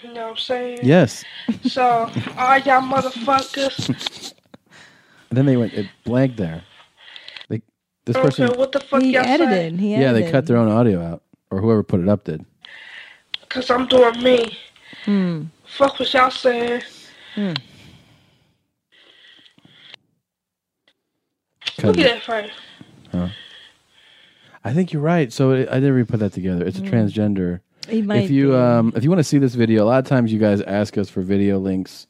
[SPEAKER 12] You know what I'm saying?
[SPEAKER 5] Yes.
[SPEAKER 12] So, all y'all motherfuckers,
[SPEAKER 5] And then they went it blank there. They This person,
[SPEAKER 12] Okay, what the fuck
[SPEAKER 7] He
[SPEAKER 12] y'all
[SPEAKER 7] edited.
[SPEAKER 12] say?
[SPEAKER 7] He
[SPEAKER 5] yeah, they cut their own audio out, or whoever put it up did.
[SPEAKER 12] Cause I'm doing me.
[SPEAKER 7] Hmm.
[SPEAKER 12] Fuck what y'all saying.
[SPEAKER 5] Cut
[SPEAKER 12] Look at that
[SPEAKER 5] it.
[SPEAKER 12] face.
[SPEAKER 5] Huh. I think you're right. So it, I didn't really put that together. It's a
[SPEAKER 7] Mm.
[SPEAKER 5] transgender.
[SPEAKER 7] He might
[SPEAKER 5] if you
[SPEAKER 7] be.
[SPEAKER 5] um, if you want to see this video, a lot of times you guys ask us for video links.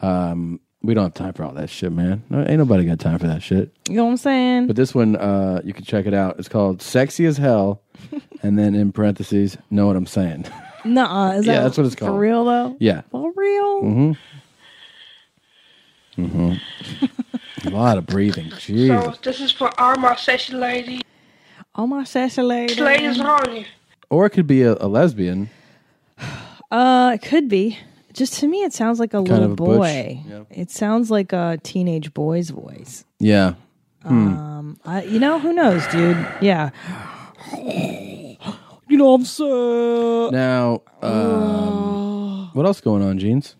[SPEAKER 5] Um, we don't have time for all that shit, man. No, ain't nobody got time for that shit.
[SPEAKER 7] You know what I'm saying?
[SPEAKER 5] But this one, uh, you can check it out. It's called "Sexy as
[SPEAKER 7] *laughs*
[SPEAKER 5] Hell," and then in parentheses, know what I'm saying?
[SPEAKER 7] Nuh-uh.
[SPEAKER 5] *laughs*
[SPEAKER 7] Is
[SPEAKER 5] Yeah,
[SPEAKER 7] that
[SPEAKER 5] that's what it's
[SPEAKER 7] For
[SPEAKER 5] called.
[SPEAKER 7] real though?
[SPEAKER 5] yeah.
[SPEAKER 7] For real?
[SPEAKER 5] Mm-hmm. Mm-hmm. a lot of
[SPEAKER 7] *laughs*
[SPEAKER 5] breathing.
[SPEAKER 12] So
[SPEAKER 5] Jesus.
[SPEAKER 12] this is for all my sexy ladies.
[SPEAKER 7] All my sexy ladies.
[SPEAKER 12] Ladies on you.
[SPEAKER 5] Or it could be a, a lesbian.
[SPEAKER 7] Uh, it could be. Just to me, it sounds like a
[SPEAKER 5] Kind
[SPEAKER 7] little
[SPEAKER 5] of a butch.
[SPEAKER 7] boy. It sounds like a teenage boy's voice.
[SPEAKER 5] Yeah. Hmm.
[SPEAKER 7] Um, I, you know, who knows, dude? Yeah. You know, I'm so.
[SPEAKER 5] Now,
[SPEAKER 7] uh.
[SPEAKER 5] um, what else going on, Jeans?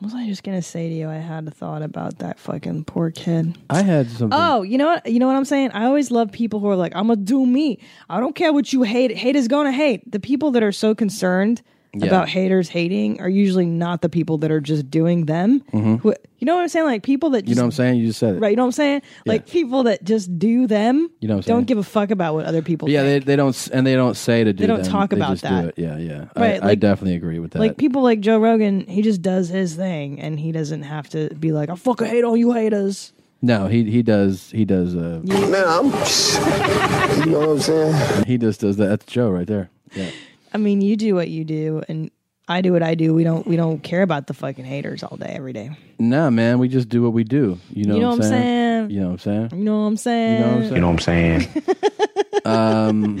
[SPEAKER 7] What was I just gonna say to you? I had a thought about that fucking poor kid.
[SPEAKER 5] I had something.
[SPEAKER 7] Oh, you know what? You know what I'm saying? I always love people who are like, "I'm gonna do me. I don't care what you hate. Hate is gonna hate." The people that are so concerned
[SPEAKER 5] Yeah.
[SPEAKER 7] about haters hating are usually not the people that are just doing them.
[SPEAKER 5] Mhm.
[SPEAKER 7] Who, you know what I'm saying? Like people that just,
[SPEAKER 5] You know what I'm saying? You just said it.
[SPEAKER 7] right? You know what I'm saying? Like people that just do them.
[SPEAKER 5] You know what I'm
[SPEAKER 7] don't
[SPEAKER 5] saying.
[SPEAKER 7] give a fuck about what other people.
[SPEAKER 5] But yeah, they, they don't s- and they don't say to do.
[SPEAKER 7] They don't
[SPEAKER 5] them.
[SPEAKER 7] talk
[SPEAKER 5] They
[SPEAKER 7] about
[SPEAKER 5] just do
[SPEAKER 7] that.
[SPEAKER 5] it. Yeah, yeah. I-
[SPEAKER 7] Right,
[SPEAKER 5] I,
[SPEAKER 7] like-
[SPEAKER 5] definitely agree with that.
[SPEAKER 7] Like people like Joe Rogan, he just does his thing, and he doesn't have to be like, "I fucking hate all you haters."
[SPEAKER 5] no, he he does he does.
[SPEAKER 7] *laughs*
[SPEAKER 5] Uh,
[SPEAKER 7] Man,
[SPEAKER 5] I'm. you know what I'm saying? He just does that. That's Joe right there. Yeah.
[SPEAKER 7] I mean, you do what you do, and I do what I do. We don't we don't care about the fucking haters all day, every day.
[SPEAKER 5] Nah, man, we just do what we do. You know,
[SPEAKER 7] You know
[SPEAKER 5] what I'm
[SPEAKER 7] what I'm saying?
[SPEAKER 5] You know what I'm saying?
[SPEAKER 7] You know what I'm saying?
[SPEAKER 5] You know what I'm saying? um,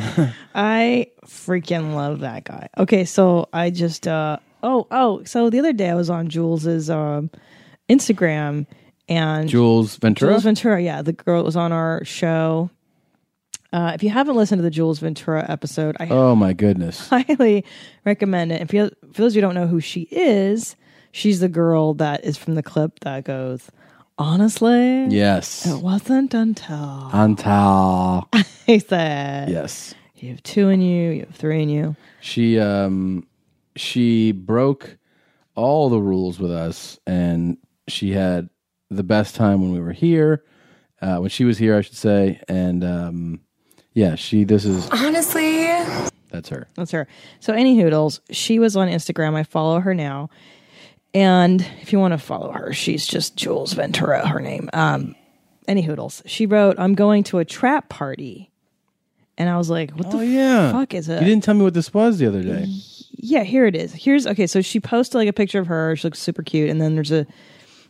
[SPEAKER 7] I freaking love that guy. Okay, so I just uh oh oh so the other day I was on Jules's um Instagram and
[SPEAKER 5] Jules Ventura.
[SPEAKER 7] Jules Ventura, yeah, the girl that was on our show. Uh, if you haven't listened to the Jules Ventura episode, I
[SPEAKER 5] oh my goodness.
[SPEAKER 7] highly recommend it. And for, for those who don't know who she is, she's the girl that is from the clip that goes, "Honestly,
[SPEAKER 5] Yes. Uh,
[SPEAKER 7] it wasn't until *laughs*
[SPEAKER 5] Antal.
[SPEAKER 7] I said,
[SPEAKER 5] Yes.
[SPEAKER 7] you have two in you, you have three in you."
[SPEAKER 5] She um she broke all the rules with us and she had the best time when we were here. Uh when she was here, I should say. And um yeah, she this is
[SPEAKER 7] Honestly,
[SPEAKER 5] that's her.
[SPEAKER 7] That's her. So, any hoodles, she was on Instagram. I follow her now. And if you want to follow her, she's just Jules Ventura, her name. Um, any hoodles. She wrote, I'm going to a trap party. And I was like, what the
[SPEAKER 5] Oh yeah.
[SPEAKER 7] fuck is it? Mm-hmm.
[SPEAKER 5] You didn't tell me what this was the other day.
[SPEAKER 7] yeah, here it is. Here's okay. So she posted like a picture of her. She looks super cute, and then there's a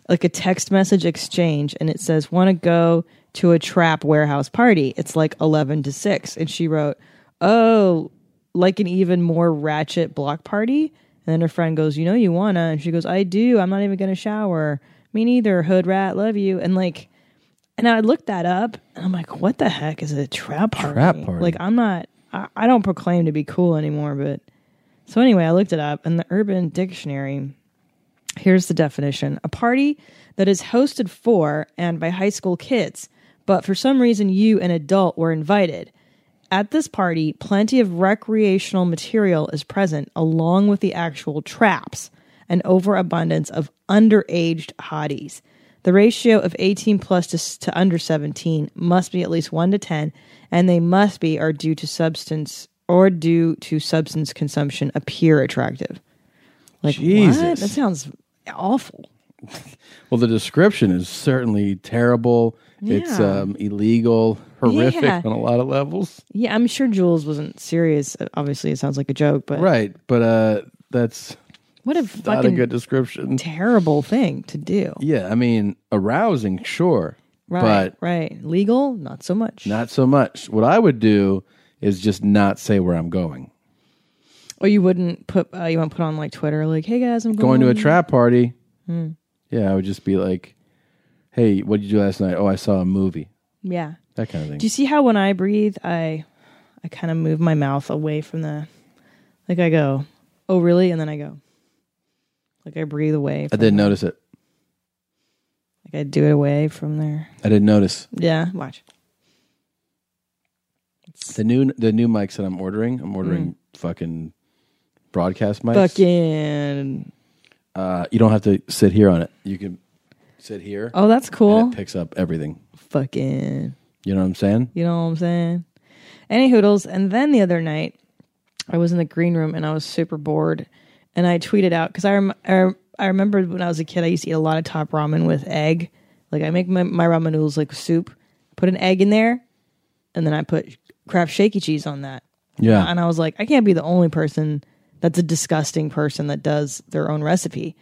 [SPEAKER 7] like a text message exchange, and it says, "Want to go to a trap warehouse party? It's like eleven to 6. And she wrote, "Oh, like an even more ratchet block party." And then her friend goes, "You know you wanna?" And she goes, "I do. I'm not even gonna shower. Me neither. Hood rat, love you." And like, and I looked that up, and I'm like, "What the heck is a trap party?"
[SPEAKER 5] Trap party.
[SPEAKER 7] Like, I'm not. I, I don't proclaim to be cool anymore, but. So anyway, I looked it up in the Urban Dictionary. Here's the definition: a party that is hosted for and by high school kids, but for some reason you, an adult, were invited. At this party, plenty of recreational material is present, along with the actual traps, an overabundance of underaged hotties. The ratio of 18 plus to, s- to under 17 must be at least 1 to 10, and they must be or due to substance or due to substance consumption appear attractive. Like, what?
[SPEAKER 5] Jesus.
[SPEAKER 7] That sounds awful.
[SPEAKER 5] Well, the description is certainly terrible. It's
[SPEAKER 7] Yeah.
[SPEAKER 5] um illegal, horrific
[SPEAKER 7] Yeah.
[SPEAKER 5] on a lot of levels.
[SPEAKER 7] Yeah, I'm sure Jules wasn't serious. Obviously, it sounds like a joke, but
[SPEAKER 5] Right, but uh that's
[SPEAKER 7] what a
[SPEAKER 5] not a
[SPEAKER 7] fucking
[SPEAKER 5] good description.
[SPEAKER 7] terrible thing to do.
[SPEAKER 5] Yeah, I mean, arousing, sure,
[SPEAKER 7] Right,
[SPEAKER 5] but
[SPEAKER 7] right. Legal, not so much.
[SPEAKER 5] not so much. What I would do is just not say where I'm going.
[SPEAKER 7] Or you wouldn't put uh, you wouldn't put on like Twitter like, "Hey guys, I'm going,
[SPEAKER 5] Going to a trap party.
[SPEAKER 7] Mm.
[SPEAKER 5] Yeah, I would just be like, "Hey, what did you do last night? Oh, I saw a movie."
[SPEAKER 7] Yeah.
[SPEAKER 5] That kind of thing.
[SPEAKER 7] Do you see how when I breathe, I I kind of move my mouth away from the like I go, "Oh, really?" and then I go like I breathe away.
[SPEAKER 5] I
[SPEAKER 7] From,
[SPEAKER 5] didn't notice it.
[SPEAKER 7] like I do it away from there.
[SPEAKER 5] I didn't notice.
[SPEAKER 7] Yeah, watch.
[SPEAKER 5] The new the new mics that I'm ordering, I'm
[SPEAKER 7] Mm.
[SPEAKER 5] ordering fucking broadcast mics.
[SPEAKER 7] Fucking.
[SPEAKER 5] Uh, you don't have to sit here on it. You can sit here.
[SPEAKER 7] Oh, that's cool.
[SPEAKER 5] and it picks up everything.
[SPEAKER 7] Fucking.
[SPEAKER 5] You know what I'm saying?
[SPEAKER 7] You know what I'm saying? Any hoodles. And then the other night, I was in the green room and I was super bored. And I tweeted out because I, rem- I, rem- I remember when I was a kid, I used to eat a lot of top ramen with egg. Like I make my, my ramen noodles like soup, put an egg in there, and then I put Kraft shaky cheese on that.
[SPEAKER 5] Yeah.
[SPEAKER 7] And I was like, I can't be the only person that's a disgusting person that does their own recipe.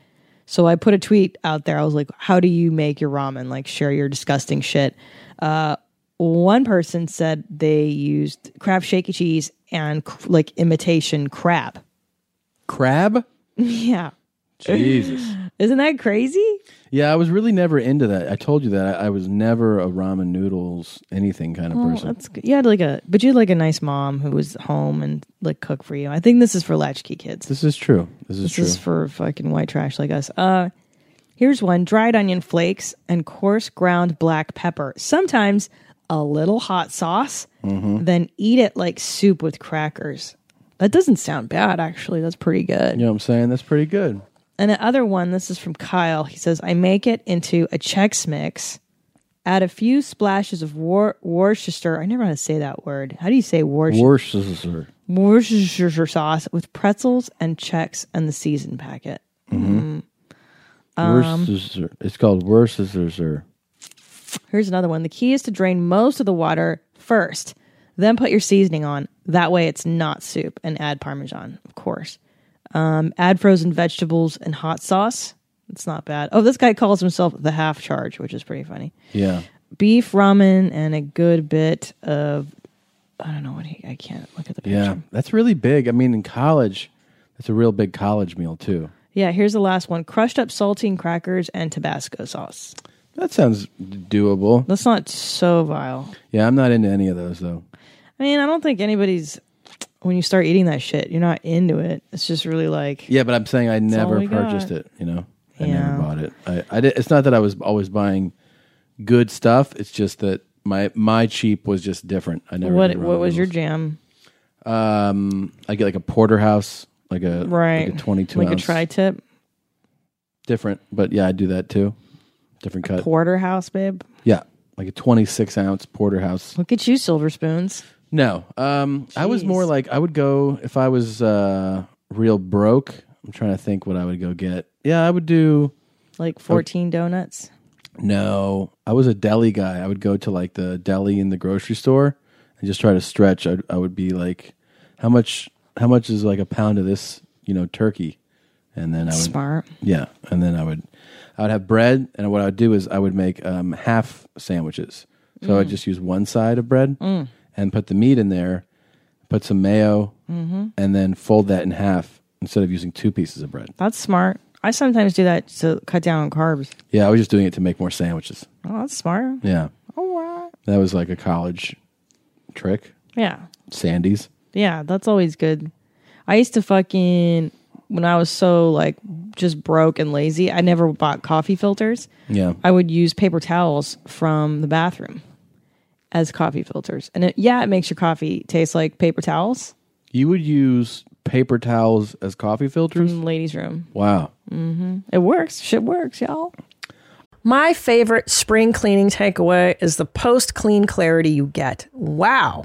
[SPEAKER 7] So I put a tweet out there. I was like, "How do you make your ramen? Like, share your disgusting shit." Uh, one person said they used crab shaky cheese and c- like imitation crab.
[SPEAKER 5] Crab?
[SPEAKER 7] yeah,
[SPEAKER 5] Jesus.
[SPEAKER 7] isn't that crazy?
[SPEAKER 5] Yeah, I was really never into that. I told you that I, I was never a ramen noodles anything kind of
[SPEAKER 7] Oh,
[SPEAKER 5] person.
[SPEAKER 7] that's good. You had like a, but you had like a nice mom who was home and like cook for you. I think this is for latchkey kids.
[SPEAKER 5] This is true. This is
[SPEAKER 7] This
[SPEAKER 5] true.
[SPEAKER 7] is for fucking white trash like us. Uh, here's one: dried onion flakes and coarse ground black pepper. Sometimes a little hot sauce,
[SPEAKER 5] Mhm.
[SPEAKER 7] then eat it like soup with crackers. That doesn't sound bad, actually. That's pretty good.
[SPEAKER 5] You know what I'm saying? That's pretty good.
[SPEAKER 7] And the other one, this is from Kyle. He says, I make it into a Chex Mix, add a few splashes of Wor- Worcestershire. I never know how to say that word. How do you say Worcestershire?
[SPEAKER 5] Worcestershire.
[SPEAKER 7] Worcestershire sauce with pretzels and Chex and the season packet.
[SPEAKER 5] Mhm.
[SPEAKER 7] Mm. Um,
[SPEAKER 5] Worcestershire. It's called Worcestershire.
[SPEAKER 7] Here's another one. The key is to drain most of the water first, then put your seasoning on. That way it's not soup and add parmesan, of course. Um, add frozen vegetables and hot sauce. It's not bad. Oh, this guy calls himself the half charge, which is pretty funny.
[SPEAKER 5] Yeah.
[SPEAKER 7] Beef ramen and a good bit of I don't know what he I can't look at the picture.
[SPEAKER 5] Yeah. That's really big. I mean, in college, that's a real big college meal, too.
[SPEAKER 7] Yeah, here's the last one. Crushed up saltine crackers and Tabasco sauce.
[SPEAKER 5] That sounds doable.
[SPEAKER 7] That's not so vile.
[SPEAKER 5] Yeah, I'm not into any of those, though.
[SPEAKER 7] I mean, I don't think anybody's when you start eating that shit, you're not into it. It's just really like
[SPEAKER 5] Yeah, but I'm saying I
[SPEAKER 7] all
[SPEAKER 5] never
[SPEAKER 7] we got.
[SPEAKER 5] purchased it. You know, I
[SPEAKER 7] Yeah.
[SPEAKER 5] never bought it. I, I did, it's not that I was always buying good stuff. It's just that my my cheap was just different. I never.
[SPEAKER 7] what
[SPEAKER 5] did
[SPEAKER 7] what
[SPEAKER 5] ramen
[SPEAKER 7] was your
[SPEAKER 5] noodles.
[SPEAKER 7] jam?
[SPEAKER 5] Um, I get like a porterhouse, like a
[SPEAKER 7] Right.
[SPEAKER 5] like a 22
[SPEAKER 7] Like
[SPEAKER 5] ounce,
[SPEAKER 7] a tri-tip
[SPEAKER 5] different. But yeah, I do that too. Different cut.
[SPEAKER 7] porterhouse, babe.
[SPEAKER 5] yeah, like a 26 ounce porterhouse.
[SPEAKER 7] Look at you, silver spoons.
[SPEAKER 5] No, um, I was more like I would go if I was uh real broke. I'm trying to think what I would go get. Yeah, I would do. Oh.
[SPEAKER 7] Like 14 donuts.
[SPEAKER 5] No, I was a deli guy. I would go to like the deli in the grocery store and just try to stretch. I I would be like, how much how much is like a pound of this you know turkey, and then I would
[SPEAKER 7] Smart.
[SPEAKER 5] yeah, and then I would I would have bread, and what I would do is I would make um, half sandwiches. So I'd
[SPEAKER 7] Mm.
[SPEAKER 5] just use one side of bread
[SPEAKER 7] Mm.
[SPEAKER 5] and put the meat in there, put some mayo,
[SPEAKER 7] Mhm.
[SPEAKER 5] and then fold that in half instead of using two pieces of bread.
[SPEAKER 7] That's smart. I sometimes do that to cut down on carbs.
[SPEAKER 5] Yeah, I was just doing it to make more sandwiches.
[SPEAKER 7] Oh, that's smart.
[SPEAKER 5] Yeah.
[SPEAKER 7] All right.
[SPEAKER 5] That was like a college trick.
[SPEAKER 7] Yeah.
[SPEAKER 5] Sandy's.
[SPEAKER 7] Yeah, that's always good. I used to fucking when I was so like just broke and lazy, I never bought coffee filters.
[SPEAKER 5] Yeah.
[SPEAKER 7] I would use paper towels from the bathroom as coffee filters. And it, yeah, it makes your coffee taste like paper towels
[SPEAKER 5] You would use paper towels as coffee filters?
[SPEAKER 7] from the ladies' room.
[SPEAKER 5] Wow.
[SPEAKER 7] Mm-hmm. It works. Shit works, y'all.
[SPEAKER 4] My favorite spring cleaning takeaway is the post clean clarity you get. Wow.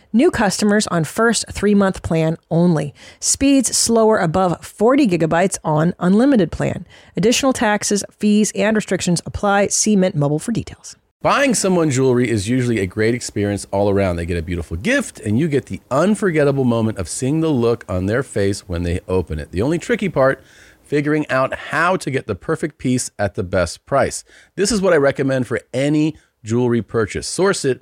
[SPEAKER 4] New customers on first three month plan only. Speeds slower above 40 gigabytes on unlimited plan. Additional taxes, fees, and restrictions apply. See Mint Mobile for details.
[SPEAKER 13] Buying someone jewelry is usually a great experience all around. They get a beautiful gift, and you get the unforgettable moment of seeing the look on their face when they open it. The only tricky part, figuring out how to get the perfect piece at the best price. This is what I recommend for any jewelry purchase. Source it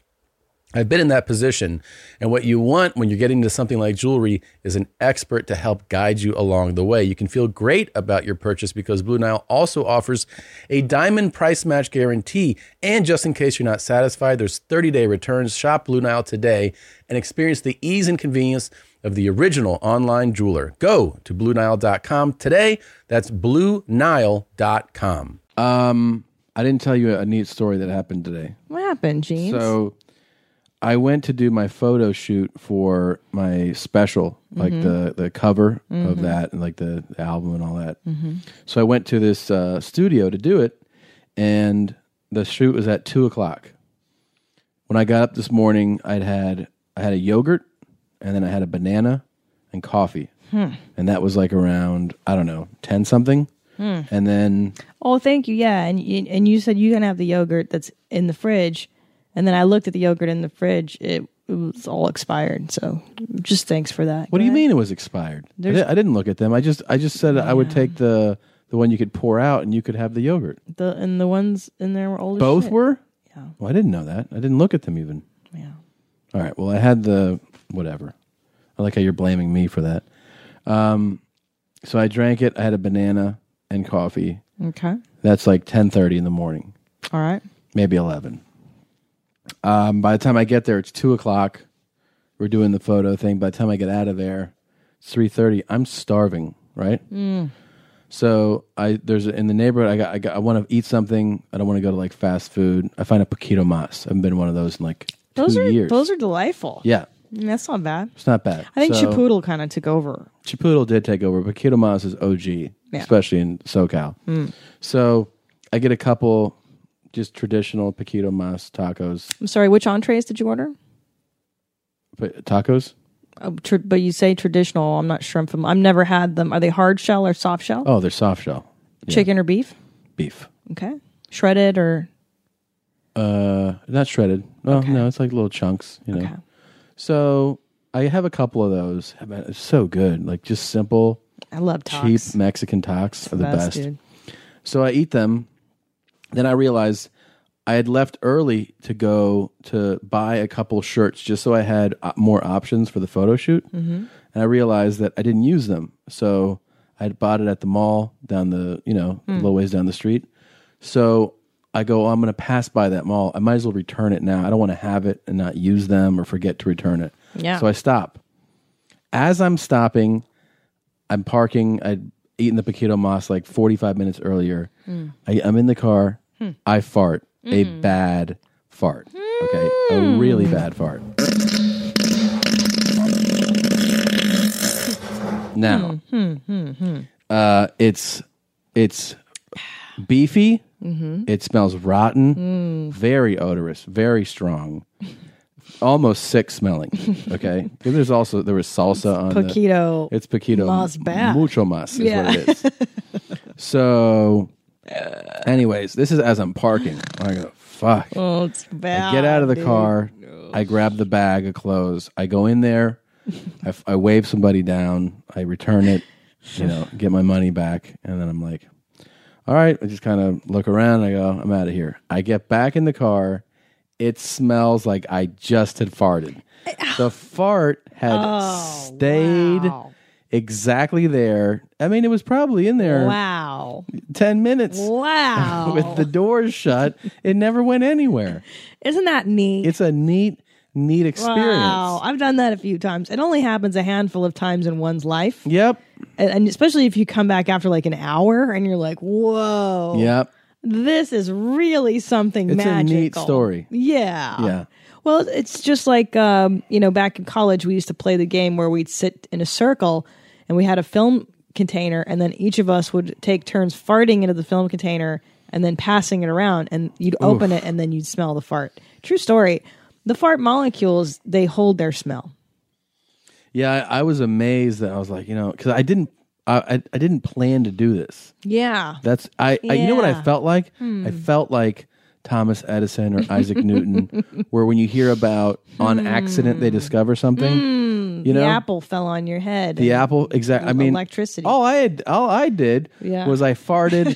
[SPEAKER 13] I've been in that position. And what you want when you're getting into something like jewelry is an expert to help guide you along the way. You can feel great about your purchase because Blue Nile also offers a diamond price match guarantee. And just in case you're not satisfied, there's 30 day returns. Shop Blue Nile today and experience the ease and convenience of the original online jeweler. Go to BlueNile.com today. That's BlueNile.com.
[SPEAKER 5] Um, I didn't tell you a neat story that happened today.
[SPEAKER 7] What happened, Jeans?
[SPEAKER 5] So I went to do my photo shoot for my special, like
[SPEAKER 7] Mhm.
[SPEAKER 5] the the cover
[SPEAKER 7] Mhm.
[SPEAKER 5] of that and like the, the album and all that.
[SPEAKER 7] Mhm.
[SPEAKER 5] So I went to this uh, studio to do it, and the shoot was at two o'clock. When I got up this morning, I'd had I had a yogurt, and then I had a banana and coffee,
[SPEAKER 7] Hmm.
[SPEAKER 5] and that was like around I don't know ten something,
[SPEAKER 7] Hmm.
[SPEAKER 5] and then
[SPEAKER 7] Oh, thank you. Yeah, and you, and you said you can have the yogurt that's in the fridge, and then I looked at the yogurt in the fridge. It, it was all expired. So just thanks for that.
[SPEAKER 5] What do you mean it was expired? I,
[SPEAKER 7] There's-
[SPEAKER 5] di- I didn't look at them. I just I just said I would take the the one you could pour out and you could have the yogurt.
[SPEAKER 7] The and the ones in there were older.
[SPEAKER 5] Both were. Oh, Yeah. Well, I didn't know that. I didn't look at them even. Yeah. All right. Well, I had the whatever. I like how you're blaming me for that. Um, so I drank it. I had a banana and coffee.
[SPEAKER 7] Okay.
[SPEAKER 5] That's like ten thirty in the morning,
[SPEAKER 7] All right.
[SPEAKER 5] maybe eleven. Um, by the time I get there, it's two o'clock. We're doing the photo thing. By the time I get out of there, it's three thirty. I'm starving. Right.
[SPEAKER 7] Mm.
[SPEAKER 5] So I there's in the neighborhood I got I got I want to eat something. I don't want to go to like fast food. I find a paquito mas. I haven't been to one of those in like
[SPEAKER 7] Those
[SPEAKER 5] two
[SPEAKER 7] are
[SPEAKER 5] years.
[SPEAKER 7] those are delightful.
[SPEAKER 5] yeah,
[SPEAKER 7] Mm, that's not bad.
[SPEAKER 5] it's not bad.
[SPEAKER 7] I think
[SPEAKER 5] So,
[SPEAKER 7] Chipoodle kind of took over.
[SPEAKER 5] Chipoodle did take over. Paquito mas is OG,
[SPEAKER 7] Yeah.
[SPEAKER 5] especially in SoCal.
[SPEAKER 7] Mm.
[SPEAKER 5] So I get a couple just traditional paquito mas tacos.
[SPEAKER 7] I'm sorry. Which entrees did you order?
[SPEAKER 5] Pa- tacos?
[SPEAKER 7] Uh, tr- but you say traditional. I'm not sure. I'm fam- I've never had them. Are they hard shell or soft shell?
[SPEAKER 5] Oh, they're soft shell yeah.
[SPEAKER 7] Chicken or beef?
[SPEAKER 5] beef.
[SPEAKER 7] Okay. Shredded or
[SPEAKER 5] Uh, not shredded. No, no, it's like little chunks. You know. So I have a couple of those. I mean, It's so good. Like just simple.
[SPEAKER 7] I love
[SPEAKER 5] cheap Mexican tax are the best. So I eat them. Then I realized I had left early to go to buy a couple shirts just so I had uh, more options for the photo shoot.
[SPEAKER 14] Mhm.
[SPEAKER 5] And I realized that I didn't use them. So I had bought it at the mall down the, you know, a
[SPEAKER 14] Mm.
[SPEAKER 5] little ways down the street. So I go, oh, I'm going to pass by that mall. I might as well return it now. I don't want to have it and not use them or forget to return it.
[SPEAKER 14] Yeah.
[SPEAKER 5] So I stop. As I'm stopping, I'm parking. I'd eaten the Paquito Moss like 45 minutes earlier.
[SPEAKER 14] Mm.
[SPEAKER 5] I, I'm in the car.
[SPEAKER 14] Hmm.
[SPEAKER 5] I fart. A
[SPEAKER 14] Mm.
[SPEAKER 5] bad fart.
[SPEAKER 7] Mm.
[SPEAKER 5] Okay. A really bad fart. Now,
[SPEAKER 7] Hmm, hmm, hmm.
[SPEAKER 5] uh, it's it's beefy.
[SPEAKER 7] Mhm.
[SPEAKER 5] It smells
[SPEAKER 7] Mm.
[SPEAKER 5] rotten. Very odorous. Very
[SPEAKER 7] *laughs*
[SPEAKER 5] strong. Almost sick smelling. Okay. And there's also there was salsa on the-
[SPEAKER 7] Paquito
[SPEAKER 5] it's paquito.
[SPEAKER 7] mas bad.
[SPEAKER 5] Mucho mas is
[SPEAKER 7] Yeah.
[SPEAKER 5] what it is. so, anyways, this is as I'm parking. I go fuck.
[SPEAKER 7] Oh, it's bad.
[SPEAKER 5] I get out of the
[SPEAKER 7] dude.
[SPEAKER 5] car. I grab the bag of clothes. I go in there. I, f- I wave somebody down. I return it. You know, get my money back, and then I'm like, "All right." I just kind of look around. I go, "I'm out of here." I get back in the car. It smells like
[SPEAKER 7] *sighs*
[SPEAKER 5] I just had farted. The fart had
[SPEAKER 14] Oh,
[SPEAKER 5] stayed. exactly there. I mean, it was probably in there *laughs*
[SPEAKER 7] Wow.
[SPEAKER 5] 10 minutes.
[SPEAKER 7] Wow.
[SPEAKER 5] With the doors shut, it never went anywhere.
[SPEAKER 7] Isn't that neat?
[SPEAKER 5] It's a neat, neat experience.
[SPEAKER 7] Wow. I've done that a few times. It only happens a handful of times in one's life.
[SPEAKER 5] Yep.
[SPEAKER 7] And, and especially if you come back after like an hour and you're like, whoa.
[SPEAKER 5] Yep.
[SPEAKER 7] This is really something
[SPEAKER 5] It's a
[SPEAKER 7] magical.
[SPEAKER 5] neat story.
[SPEAKER 7] Yeah.
[SPEAKER 5] Yeah.
[SPEAKER 7] Well, it's just like um, you know, back in college, we used to play the game where we'd sit in a circle, and we had a film container, and then each of us would take turns farting into the film container and then passing it around, and you'd open
[SPEAKER 5] Oof.
[SPEAKER 7] it, and then you'd smell the fart. True story. The fart molecules they hold their smell.
[SPEAKER 5] Yeah, I, I was amazed that I was like, you know, because I didn't, I, I, I didn't plan to do this.
[SPEAKER 7] Yeah.
[SPEAKER 5] That's I, I you know what I
[SPEAKER 7] Yeah.
[SPEAKER 5] felt like?
[SPEAKER 7] Hmm.
[SPEAKER 5] I felt like Thomas Edison or
[SPEAKER 7] *laughs*
[SPEAKER 5] Isaac Newton, where when you hear about on accident
[SPEAKER 7] Hmm.
[SPEAKER 5] they discover something,
[SPEAKER 7] Mm,
[SPEAKER 5] you know,
[SPEAKER 7] the apple fell on your head.
[SPEAKER 5] the apple exactly. I mean,
[SPEAKER 7] electricity.
[SPEAKER 5] All I had, all I did
[SPEAKER 7] Yeah.
[SPEAKER 5] was I
[SPEAKER 7] *laughs*
[SPEAKER 5] farted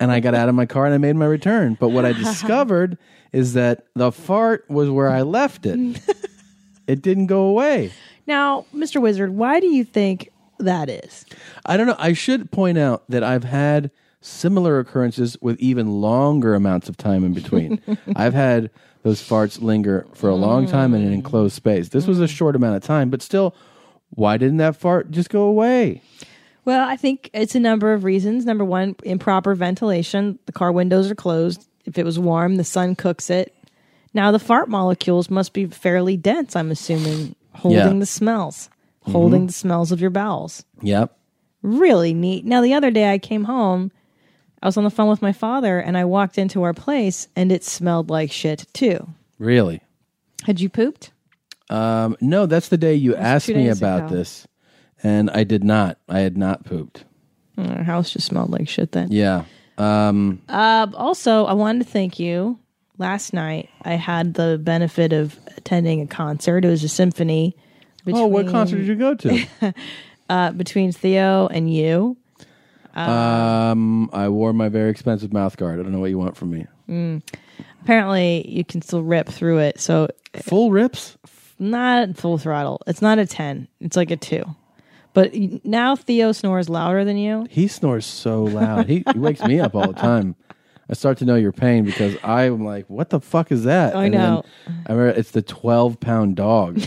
[SPEAKER 5] and I got out of my car and I made my return. But what I discovered is that the fart was where I left
[SPEAKER 7] *laughs*
[SPEAKER 5] it. it didn't go away.
[SPEAKER 7] Now, Mr. Wizard, why do you think that is?
[SPEAKER 5] I don't know. I should point out that I've had similar occurrences with even longer amounts of time in
[SPEAKER 7] *laughs*
[SPEAKER 5] between. I've had those farts linger for a long time
[SPEAKER 7] Mm.
[SPEAKER 5] in an enclosed space. This was a short amount of time, but still, why didn't that fart just go away?
[SPEAKER 7] Well, I think it's a number of reasons. Number one, improper ventilation. The car windows are closed. If it was warm, the sun cooks it. Now, the fart molecules must be fairly dense, I'm assuming, holding
[SPEAKER 5] Yeah.
[SPEAKER 7] the smells, holding
[SPEAKER 5] Mhm.
[SPEAKER 7] the smells of your bowels.
[SPEAKER 5] Yep.
[SPEAKER 7] Really neat. Now, the other day I came home, I was on the phone with my father, and I walked into our place, and it smelled like shit, too.
[SPEAKER 5] Really?
[SPEAKER 7] Had you pooped?
[SPEAKER 5] Um, no, that's the day you asked
[SPEAKER 7] two
[SPEAKER 5] me
[SPEAKER 7] days
[SPEAKER 5] about
[SPEAKER 7] ago.
[SPEAKER 5] this, and I did not. I had not pooped.
[SPEAKER 7] Mm, Our house just smelled like shit then.
[SPEAKER 5] Yeah. Um,
[SPEAKER 7] Uh, also, I wanted to thank you. Last night, I had the benefit of attending a concert. It was a symphony.
[SPEAKER 5] Oh, what concert did you go
[SPEAKER 7] *laughs*
[SPEAKER 5] to?
[SPEAKER 7] uh, between Theo and you.
[SPEAKER 5] um, I wore my very expensive mouth guard. I don't know what you want from me.
[SPEAKER 7] Mm. Apparently, you can still rip through it. So
[SPEAKER 5] full rips,
[SPEAKER 7] not full throttle. It's not a ten. It's like a two. But y- now Theo snores louder than you.
[SPEAKER 5] He snores so loud. He, he wakes me up all the time. I start to know your pain because I'm like, what the fuck is that?
[SPEAKER 7] I
[SPEAKER 5] then
[SPEAKER 7] know.
[SPEAKER 5] I remember it's the 12 pound
[SPEAKER 7] *laughs*
[SPEAKER 5] dog.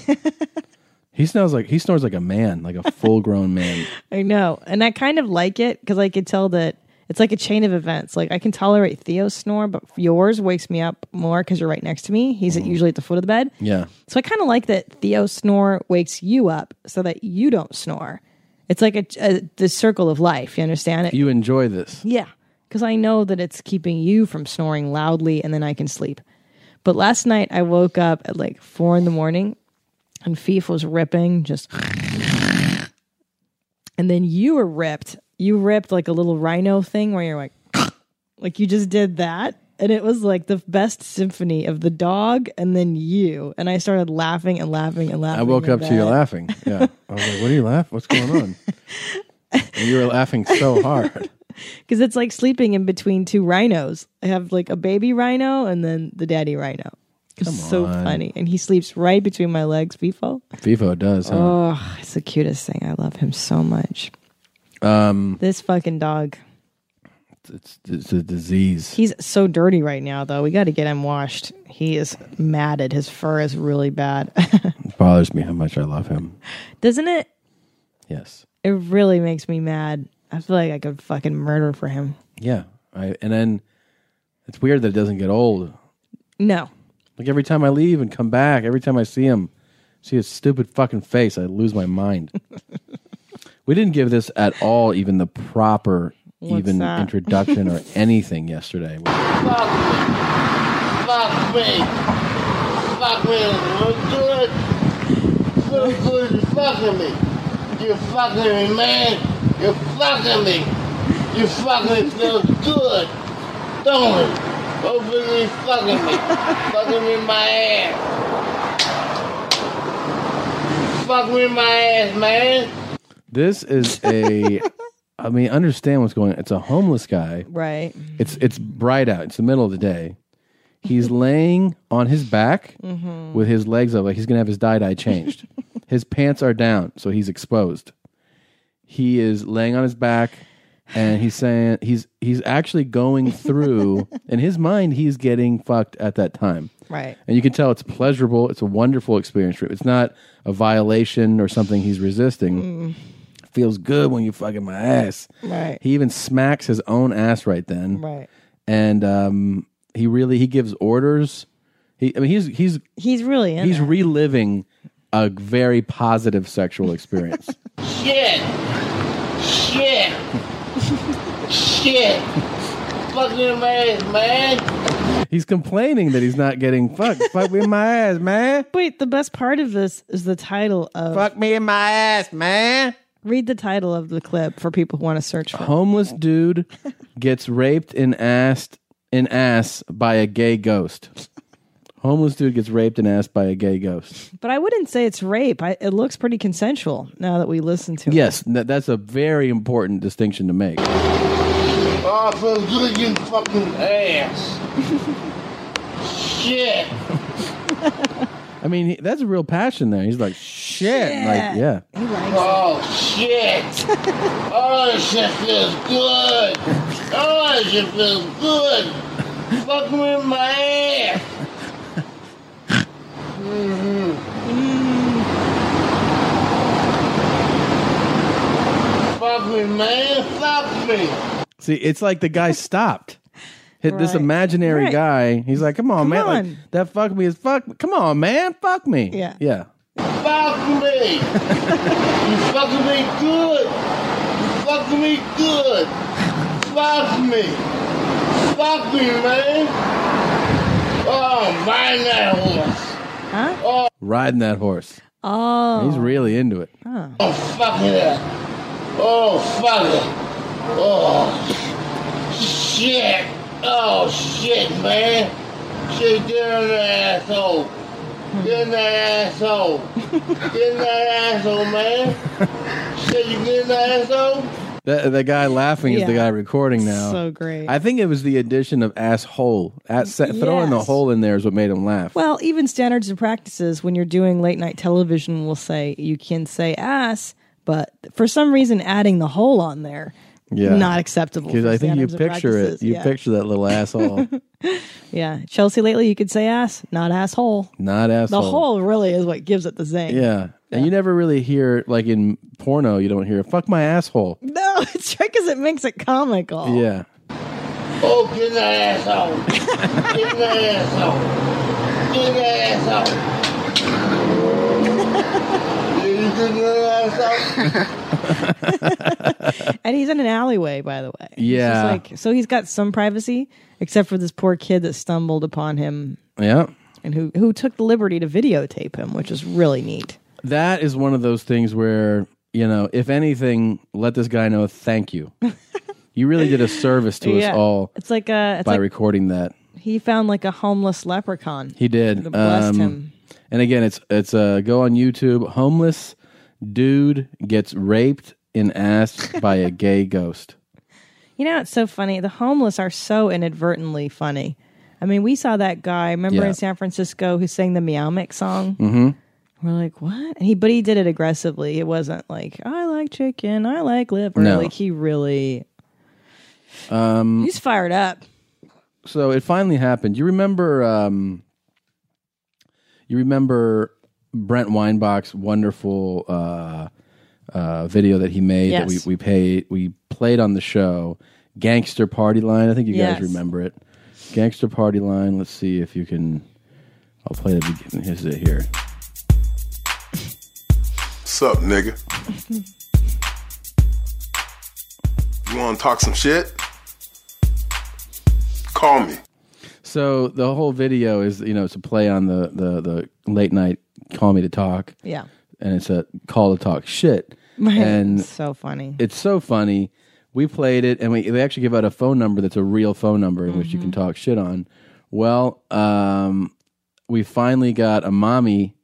[SPEAKER 5] he smells like he snores like a man, like a full grown man.
[SPEAKER 7] I know, and I kind of like it because I could tell that it's like a chain of events. Like I can tolerate Theo's snore, but yours wakes me up more because you're right next to me. He's usually at the foot of the bed.
[SPEAKER 5] Yeah.
[SPEAKER 7] So I kind of like that Theo snore wakes you up so that you don't snore. It's like a, a the circle of life. You understand it?
[SPEAKER 5] You enjoy this.
[SPEAKER 7] yeah, because I know that it's keeping you from snoring loudly, and then I can sleep. But last night I woke up at like four in the morning, and Fief was ripping just, and then you were ripped. You ripped like a little rhino thing where you're like, *laughs* like you just did that. And it was like the best symphony of the dog and then you. And I started laughing and laughing and laughing.
[SPEAKER 5] I woke
[SPEAKER 7] in
[SPEAKER 5] up to you
[SPEAKER 7] bed. *laughs*
[SPEAKER 5] laughing. Yeah. I was like, what are you laughing? What's going on? and you were laughing so hard.
[SPEAKER 7] Because it's like sleeping in between two rhinos. I have like a baby rhino and then the daddy rhino. It's so
[SPEAKER 5] on.
[SPEAKER 7] funny. And he sleeps right between my legs, Beefo.
[SPEAKER 5] Vivo does. Huh?
[SPEAKER 7] Oh, it's the cutest thing. I love him so much.
[SPEAKER 5] Um,
[SPEAKER 7] This fucking dog.
[SPEAKER 5] it's, it's a disease.
[SPEAKER 7] He's so dirty right now, though. We got to get him washed. He is matted. His fur is really bad. *laughs*
[SPEAKER 5] It bothers me how much I love him.
[SPEAKER 7] Doesn't it?
[SPEAKER 5] Yes.
[SPEAKER 7] It really makes me mad. I feel like I could fucking murder for him.
[SPEAKER 5] Yeah. I, and then it's weird that it doesn't get old.
[SPEAKER 7] No.
[SPEAKER 5] Like every time I leave and come back, every time I see him, see his stupid fucking face, I lose my mind. *laughs* we didn't give this at all even the proper
[SPEAKER 14] What's
[SPEAKER 5] even
[SPEAKER 14] that?
[SPEAKER 5] introduction or anything
[SPEAKER 7] *laughs*
[SPEAKER 5] yesterday.
[SPEAKER 14] Fuck me. Fuck me. Fuck me. Look good. Look good. You're fucking me. You're fucking me, man. You're fucking me. You fucking feel good. Don't it? Open me fucking me. fucking me in my ass. Fuck me in my ass, man.
[SPEAKER 5] This is a I mean, understand what's going on. It's a homeless guy.
[SPEAKER 7] Right.
[SPEAKER 5] It's it's bright out. It's the middle of the day. He's laying on his back
[SPEAKER 7] Mhm.
[SPEAKER 5] with his legs up, like he's gonna have his dye dye changed. his pants are down, so he's exposed. He is laying on his back and he's saying he's he's actually going through in his mind he's getting fucked at that time.
[SPEAKER 7] Right.
[SPEAKER 5] And you can tell it's pleasurable. It's a wonderful experience for him. It's not a violation or something he's resisting. Feels good when you fucking my ass.
[SPEAKER 7] Mm. Right.
[SPEAKER 5] He even smacks his own ass right then.
[SPEAKER 7] Right.
[SPEAKER 5] And um, he really he gives orders. He I mean he's he's
[SPEAKER 7] He's really in.
[SPEAKER 5] he's
[SPEAKER 7] it.
[SPEAKER 5] reliving a very positive sexual experience.
[SPEAKER 14] *laughs* Shit! Shit! Shit! Fucking man, man!
[SPEAKER 5] he's complaining that he's not getting fucked. Fuck me in my ass, man.
[SPEAKER 7] Wait, the best part of this is the title of
[SPEAKER 5] Fuck me in my ass, man.
[SPEAKER 7] Read the title of the clip for people who want to search for. it.
[SPEAKER 5] Homeless dude gets raped in ass in ass by a gay ghost. Homeless dude gets raped and ass by a gay ghost.
[SPEAKER 7] But I wouldn't say it's rape. I, it looks pretty consensual now that we listen to it.
[SPEAKER 5] Yes, that, that's a very important distinction to make.
[SPEAKER 14] Oh, I feel good in fucking ass! Shit!
[SPEAKER 5] *laughs* I mean, he, that's a real passion there. He's like, shit. Like, yeah.
[SPEAKER 14] Oh, shit! Oh, that shit feels good! Oh, that shit feels good! Fuck me in my ass! hmm Fuck me, man! Fuck me!
[SPEAKER 5] See, it's like the guy stopped. Hit this
[SPEAKER 14] Right.
[SPEAKER 5] imaginary
[SPEAKER 14] Right.
[SPEAKER 5] guy. He's like, come on, man. Like,
[SPEAKER 14] on.
[SPEAKER 5] that fuck me is fuck. Come on, man. Fuck me.
[SPEAKER 14] Yeah.
[SPEAKER 5] Yeah.
[SPEAKER 14] Fuck me! you fucking me good! You fucking me good! Fuck me! Fuck me, man! Oh, mind that horse!
[SPEAKER 7] Huh?
[SPEAKER 14] Oh,
[SPEAKER 5] Riding that horse.
[SPEAKER 7] Oh.
[SPEAKER 5] He's really into it.
[SPEAKER 14] oh fuck it! Oh, fuck it! Oh, shit! Oh, shit, man! Shit, get in the asshole! Get in the asshole! Get in the asshole, man! Shit, you get in the asshole?
[SPEAKER 5] That, the guy laughing is the
[SPEAKER 14] Yeah.
[SPEAKER 5] guy recording now.
[SPEAKER 14] So great.
[SPEAKER 5] I think it was the addition of asshole. Ass, Throwing the
[SPEAKER 7] Yes.
[SPEAKER 5] hole in there is what made him laugh.
[SPEAKER 7] Well, even standards and practices when you're doing late night television will say you can say ass, but for some reason adding the hole on there
[SPEAKER 5] Yeah.
[SPEAKER 7] not acceptable.
[SPEAKER 5] Because
[SPEAKER 7] for
[SPEAKER 5] I think you
[SPEAKER 7] standards and
[SPEAKER 5] picture it.
[SPEAKER 7] practices.
[SPEAKER 5] You
[SPEAKER 7] yeah.
[SPEAKER 5] picture that little
[SPEAKER 7] *laughs*
[SPEAKER 5] asshole.
[SPEAKER 7] Yeah. Chelsea lately you could say ass, not asshole.
[SPEAKER 5] Not asshole.
[SPEAKER 7] The hole really is what gives it the zing.
[SPEAKER 5] Yeah. And you never really hear, like in porno, you don't hear, fuck my asshole.
[SPEAKER 7] *laughs* No, it's because it makes it comical.
[SPEAKER 5] Yeah.
[SPEAKER 14] Oh, get in the asshole! Get in the asshole! Get in the asshole! Yeah, you get in the asshole?
[SPEAKER 7] and he's in an alleyway, by the way. It's just
[SPEAKER 5] Yeah.
[SPEAKER 7] like so, he's got some privacy, except for this poor kid that stumbled upon him
[SPEAKER 5] Yeah.
[SPEAKER 7] and who who took the liberty to videotape him, which is really neat.
[SPEAKER 5] That is one of those things where, you know, if anything, let this guy know thank
[SPEAKER 7] *laughs*
[SPEAKER 5] you. you really did a service to
[SPEAKER 7] Yeah.
[SPEAKER 5] us all
[SPEAKER 7] It's like uh it's
[SPEAKER 5] by
[SPEAKER 7] like
[SPEAKER 5] recording that.
[SPEAKER 7] he found like a homeless leprechaun.
[SPEAKER 5] He did. Um,
[SPEAKER 7] It blessed him.
[SPEAKER 5] And again, it's it's uh, go on YouTube. Homeless dude gets raped in ass by a gay *laughs* ghost.
[SPEAKER 7] You know, it's so funny. The homeless are so inadvertently funny. I mean, we saw that guy. Remember
[SPEAKER 5] Yeah.
[SPEAKER 7] in San Francisco who sang the Meow Mix song?
[SPEAKER 5] Mm-hmm.
[SPEAKER 7] We're like, what? And he, but he did it aggressively. It wasn't like I like chicken, I like liver.
[SPEAKER 5] No.
[SPEAKER 7] Like he really,
[SPEAKER 5] Um,
[SPEAKER 7] he's fired up.
[SPEAKER 5] so it finally happened. You remember? Um, you remember Brent Weinbach's wonderful uh, uh, video that he made
[SPEAKER 13] Yes.
[SPEAKER 5] that we we paid we played on the show, Gangster Party Line. I think you
[SPEAKER 13] Yes.
[SPEAKER 5] guys remember it. Gangster Party Line. Let's see if you can. I'll play the beginning. Here's it here.
[SPEAKER 15] Sup, nigga? You wanna talk some shit? Call me.
[SPEAKER 5] So the whole video is you know it's a play on the the the late night Call Me to Talk.
[SPEAKER 7] Yeah. *laughs*
[SPEAKER 5] and it's a call to talk shit.
[SPEAKER 7] Right.
[SPEAKER 5] And
[SPEAKER 7] so funny.
[SPEAKER 5] It's so funny. We played it, and we they actually give out a phone number that's a real phone number in which you
[SPEAKER 7] Mm-hmm.
[SPEAKER 5] can talk shit on. Well, um, we finally got a
[SPEAKER 7] *gasps*
[SPEAKER 5] mommy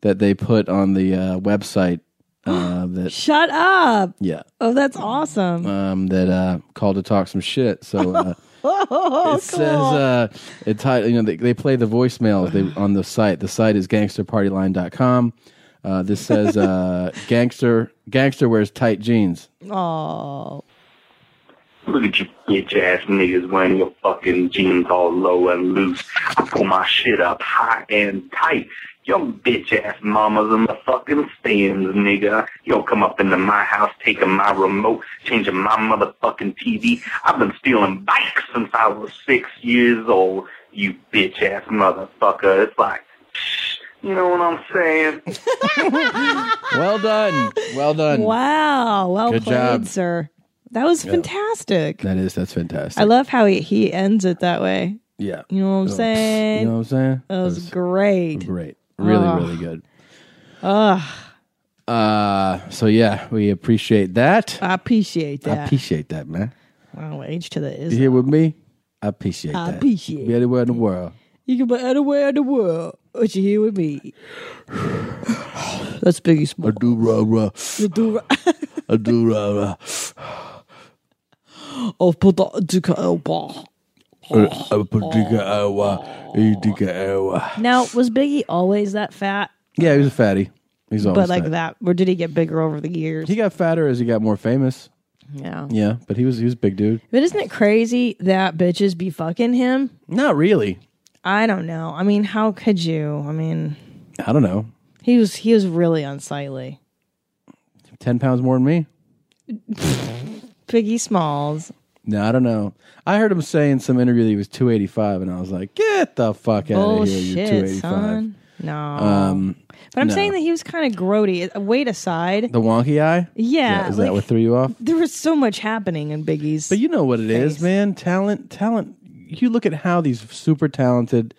[SPEAKER 5] that they put on the uh, website. Uh, that
[SPEAKER 7] Shut up!
[SPEAKER 5] yeah,
[SPEAKER 7] Oh, that's awesome.
[SPEAKER 5] um, that uh, called to talk some shit. So.
[SPEAKER 7] *laughs*
[SPEAKER 5] Uh,
[SPEAKER 7] Oh,
[SPEAKER 5] it says uh it ti- you know they, they play the voicemails they, on the site the site is gangsterpartyline.com Uh, this says
[SPEAKER 7] *laughs*
[SPEAKER 5] uh, gangster gangster wears tight jeans.
[SPEAKER 7] Oh.
[SPEAKER 16] Look at you bitch ass niggas wearing your fucking jeans all low and loose. I pull my shit up high and tight. Your bitch ass mama's in the fucking stands, nigga. You don't come up into my house taking my remote, changing my motherfucking TV. I've been stealing bikes since I was six years old. You bitch ass motherfucker. It's like, psh, you know what I'm saying?
[SPEAKER 5] Well done. Well done.
[SPEAKER 7] Wow. Well
[SPEAKER 5] Good
[SPEAKER 7] played,
[SPEAKER 5] job.
[SPEAKER 7] sir. That was
[SPEAKER 5] Yeah.
[SPEAKER 7] fantastic.
[SPEAKER 5] That is that's fantastic.
[SPEAKER 7] I love how he, he ends it that way.
[SPEAKER 5] Yeah.
[SPEAKER 7] You know what I'm
[SPEAKER 5] Oh,
[SPEAKER 7] saying?
[SPEAKER 5] You know what I'm saying?
[SPEAKER 7] That was, great.
[SPEAKER 5] Great. Really,
[SPEAKER 7] Ugh.
[SPEAKER 5] really good.
[SPEAKER 7] Ugh,
[SPEAKER 5] Uh, so yeah, we appreciate that.
[SPEAKER 7] I appreciate
[SPEAKER 5] I
[SPEAKER 7] that.
[SPEAKER 5] appreciate that, man.
[SPEAKER 7] wow, H to the
[SPEAKER 5] you
[SPEAKER 7] is.
[SPEAKER 5] here with me? I appreciate
[SPEAKER 7] I
[SPEAKER 5] that.
[SPEAKER 7] appreciate
[SPEAKER 5] Be anywhere in the world.
[SPEAKER 7] You can be anywhere in the world, but you here with me. *sighs* That's Biggie Smalls.
[SPEAKER 5] I do rah rah.
[SPEAKER 7] You do right. *laughs*
[SPEAKER 5] I do rah rah.
[SPEAKER 7] I've put that Duca elbow.
[SPEAKER 5] I put Dika Iowa. Dika Iowa.
[SPEAKER 7] Now, was Biggie always that fat?
[SPEAKER 5] Yeah, he was a fatty. He's always
[SPEAKER 7] but like
[SPEAKER 5] fat.
[SPEAKER 7] that, or did he get bigger over the years?
[SPEAKER 5] He got fatter as he got more famous.
[SPEAKER 7] Yeah.
[SPEAKER 5] Yeah, but he was he was a big dude.
[SPEAKER 7] But isn't it crazy that bitches be fucking him?
[SPEAKER 5] Not really.
[SPEAKER 7] I don't know. I mean, how could you? I mean,
[SPEAKER 5] I don't know.
[SPEAKER 7] he was he was really unsightly.
[SPEAKER 5] Ten pounds more than me.
[SPEAKER 7] Biggie Smalls.
[SPEAKER 5] No, I don't know. I heard him say in some interview that he was 285, and I was like, "Get the fuck out of here! You're
[SPEAKER 7] Bullshit,
[SPEAKER 5] 285."
[SPEAKER 7] son. No.
[SPEAKER 5] Um,
[SPEAKER 7] but I'm
[SPEAKER 5] no.
[SPEAKER 7] saying that he was kind of grody. Uh, Weight aside,
[SPEAKER 5] the wonky eye.
[SPEAKER 7] Yeah,
[SPEAKER 5] is
[SPEAKER 7] like-
[SPEAKER 5] that what threw you off?
[SPEAKER 7] there was so much happening in Biggie's.
[SPEAKER 5] But you know what it is, man. Talent, talent. You look at how these super talented,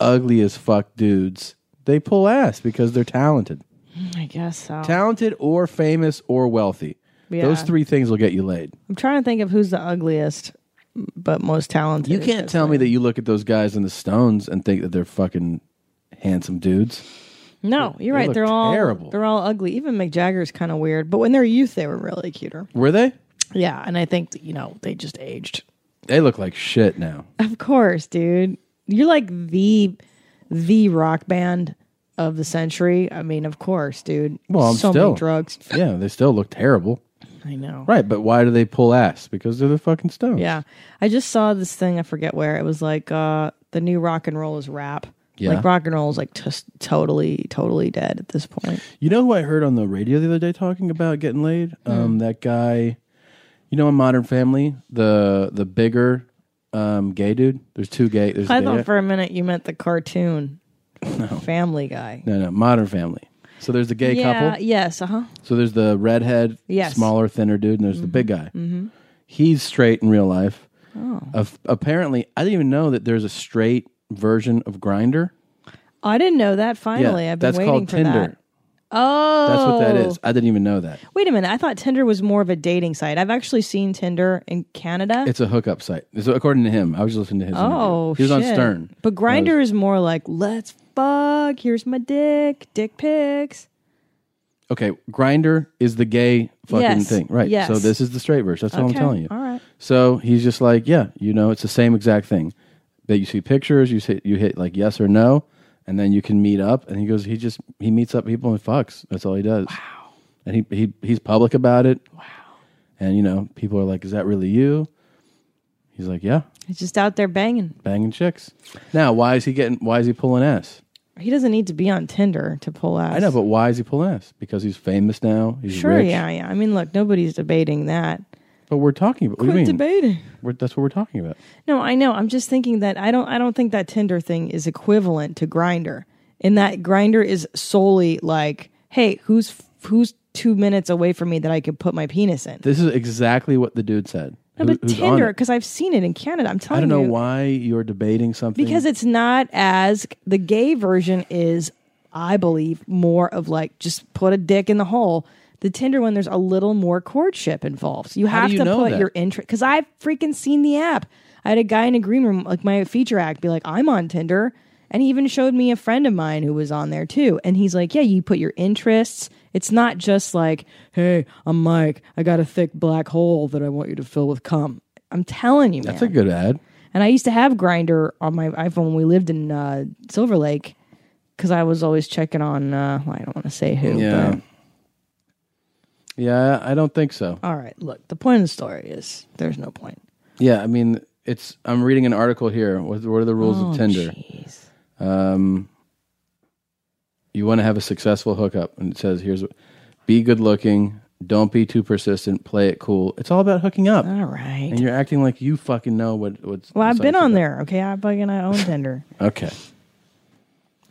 [SPEAKER 5] ugly as fuck dudes they pull ass because they're talented,
[SPEAKER 7] I guess so.
[SPEAKER 5] talented or famous or wealthy.
[SPEAKER 7] Yeah.
[SPEAKER 5] Those three things will get you laid.
[SPEAKER 7] I'm trying to think of who's the ugliest, but most talented.
[SPEAKER 5] You can't tell me that you look at those guys in the Stones and think that they're fucking handsome dudes.
[SPEAKER 7] No, you're
[SPEAKER 5] They
[SPEAKER 7] right.
[SPEAKER 5] look
[SPEAKER 7] They're all
[SPEAKER 5] terrible.
[SPEAKER 7] They're all ugly. Even Mick Jagger's kind of weird. But when they're youth, they were really cuter.
[SPEAKER 5] Were they?
[SPEAKER 7] Yeah, and I think that, you know they just aged.
[SPEAKER 5] They look like shit now.
[SPEAKER 7] Of course, dude. You're like the the rock band of the century. I mean, of course, dude.
[SPEAKER 5] Well, I'm
[SPEAKER 7] so
[SPEAKER 5] still
[SPEAKER 7] many drugs.
[SPEAKER 5] *laughs* Yeah, they still look terrible.
[SPEAKER 7] I know.
[SPEAKER 5] Right, but why do they pull ass? Because they're the fucking Stones.
[SPEAKER 7] Yeah. I just saw this thing, I forget where. It was like uh the new rock and roll is rap.
[SPEAKER 5] Yeah.
[SPEAKER 7] Like rock and roll is like just totally totally dead at this point.
[SPEAKER 5] You know who I heard on the radio the other day talking about getting laid?
[SPEAKER 7] Hmm.
[SPEAKER 5] Um, that guy, you know, in Modern Family, the the bigger um, gay dude. There's two gay. There's a
[SPEAKER 7] I
[SPEAKER 5] gay guy.
[SPEAKER 7] thought for a minute you meant the cartoon. Family guy.
[SPEAKER 5] no, no, Modern Family. So there's the gay
[SPEAKER 7] yeah,
[SPEAKER 5] couple.
[SPEAKER 7] Yes, uh-huh.
[SPEAKER 5] So there's the redhead,
[SPEAKER 7] Yes.
[SPEAKER 5] smaller, thinner dude, and there's the big guy.
[SPEAKER 7] Mm-hmm.
[SPEAKER 5] He's straight in real life.
[SPEAKER 7] Oh.
[SPEAKER 5] Af- apparently, I didn't even know that there's a straight version of Grinder.
[SPEAKER 7] I didn't know that finally. I've been
[SPEAKER 5] that's
[SPEAKER 7] waiting
[SPEAKER 5] called
[SPEAKER 7] for
[SPEAKER 5] Tinder.
[SPEAKER 7] that. Oh.
[SPEAKER 5] That's what that is. I didn't even know that.
[SPEAKER 7] Wait a minute. I thought Tinder was more of a dating site. I've actually seen Tinder in Canada.
[SPEAKER 5] It's a hookup site. So according to him, I was listening to his.
[SPEAKER 7] oh,
[SPEAKER 5] interview. he was on
[SPEAKER 7] shit.
[SPEAKER 5] Stern.
[SPEAKER 7] But Grinder is more like, let's fuck. Here's my dick. Dick pics.
[SPEAKER 5] Okay, Grinder is the gay fucking
[SPEAKER 7] Yes.
[SPEAKER 5] thing, right?
[SPEAKER 7] Yes.
[SPEAKER 5] So this is the straight version. That's all I'm
[SPEAKER 7] Okay.
[SPEAKER 5] telling you.
[SPEAKER 7] All right.
[SPEAKER 5] So he's just like, yeah, you know, it's the same exact thing. That you see pictures, you hit, you hit like yes or no, and then you can meet up. And he goes, he just he meets up people and fucks. That's all he does. Wow. And he he he's public about it. Wow. And you know, people are like, is that really you? He's like, yeah,
[SPEAKER 7] He's just out there banging.
[SPEAKER 5] banging chicks. Now, why is he getting? Why is he pulling ass?
[SPEAKER 7] He doesn't need to be on Tinder to pull out.
[SPEAKER 5] I know, but why is he pulling ass? Because he's famous now. He's
[SPEAKER 7] Sure,
[SPEAKER 5] rich.
[SPEAKER 7] yeah, yeah. I mean, look, nobody's debating that.
[SPEAKER 5] But we're talking about. what do
[SPEAKER 7] Quit
[SPEAKER 5] you mean?
[SPEAKER 7] debating.
[SPEAKER 5] We're, that's what we're talking about.
[SPEAKER 7] No, I know. I'm just thinking that I don't. I don't think that Tinder thing is equivalent to Grinder. In that Grinder is solely like, hey, who's who's two minutes away from me that I could put my penis in.
[SPEAKER 5] This is exactly what the dude said.
[SPEAKER 7] No,
[SPEAKER 5] Who-
[SPEAKER 7] but
[SPEAKER 5] who's on
[SPEAKER 7] Tinder,
[SPEAKER 5] it.
[SPEAKER 7] because I've seen it in Canada. I'm telling
[SPEAKER 5] I don't know
[SPEAKER 7] you,
[SPEAKER 5] why you're debating something.
[SPEAKER 7] because it's not as the gay version is, I believe, more of like just put a dick in the hole. The Tinder one, there's a little more courtship involved. You
[SPEAKER 5] How do
[SPEAKER 7] have
[SPEAKER 5] you
[SPEAKER 7] to
[SPEAKER 5] know
[SPEAKER 7] put
[SPEAKER 5] that?
[SPEAKER 7] your interest because I've freaking seen the app. I had a guy in a green room, like my feature act, be like, "I'm on Tinder," and he even showed me a friend of mine who was on there too. And he's like, "Yeah, you put your interests. It's not just like, hey, I'm Mike. I got a thick black hole that I want you to fill with cum." I'm telling you,
[SPEAKER 5] that's
[SPEAKER 7] man.
[SPEAKER 5] a good ad.
[SPEAKER 7] And I used to have Grinder on my iPhone when we lived in uh, Silver Lake because I was always checking on. Uh, well, I don't want to say who.
[SPEAKER 5] Yeah. Yeah, I don't think so.
[SPEAKER 7] But, all right. Look, the point of the story is there's no point.
[SPEAKER 5] Yeah, I mean, it's. I'm reading an article here. What, what are the rules
[SPEAKER 7] Oh,
[SPEAKER 5] of Tinder? Um, you want to have a successful hookup, and it says here's: what- be good looking, don't be too persistent, play it cool. It's all about hooking up.
[SPEAKER 7] All right.
[SPEAKER 5] And you're acting like you fucking know what what's.
[SPEAKER 7] Well, I've
[SPEAKER 5] the
[SPEAKER 7] been
[SPEAKER 5] site's
[SPEAKER 7] on there. Okay, I fucking I own Tinder.
[SPEAKER 5] about. Okay.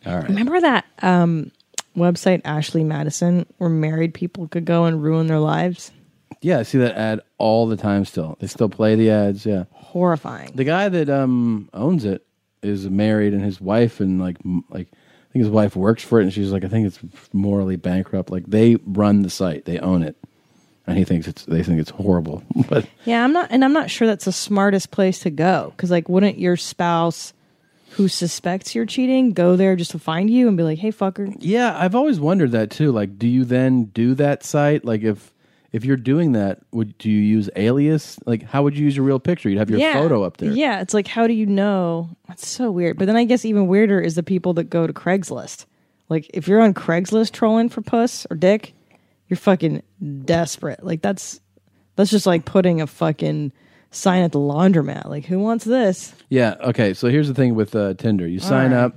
[SPEAKER 5] All right.
[SPEAKER 7] *laughs* Remember that um, website Ashley Madison, where married people could go and ruin their lives?
[SPEAKER 5] Yeah, I see that ad all the time. Still, they still play the ads. Yeah.
[SPEAKER 7] Horrifying.
[SPEAKER 5] The guy that um owns it is married, and his wife and like m- like I think his wife works for it, and she's like I think it's morally bankrupt. Like they run the site, they own it, and he thinks it's they think it's horrible. *laughs* but
[SPEAKER 7] Yeah, I'm not, and I'm not sure that's the smartest place to go because, like, wouldn't your spouse who suspects you're cheating go there just to find you and be like, "Hey, fucker"?
[SPEAKER 5] yeah, I've always wondered that too. Like, do you then do that site? Like if if you're doing that, would do you use alias? Like how would you use your real picture? You'd have your
[SPEAKER 7] yeah.
[SPEAKER 5] photo up there.
[SPEAKER 7] Yeah, it's like, how do you know? That's so weird. But then I guess even weirder is the people that go to Craigslist. Like, if you're on Craigslist trolling for puss or dick, you're fucking desperate. Like, that's that's just like putting a fucking sign at the laundromat. Like, who wants this?
[SPEAKER 5] Yeah. Okay. So here's the thing with uh, Tinder: you
[SPEAKER 7] All
[SPEAKER 5] sign
[SPEAKER 7] right.
[SPEAKER 5] up,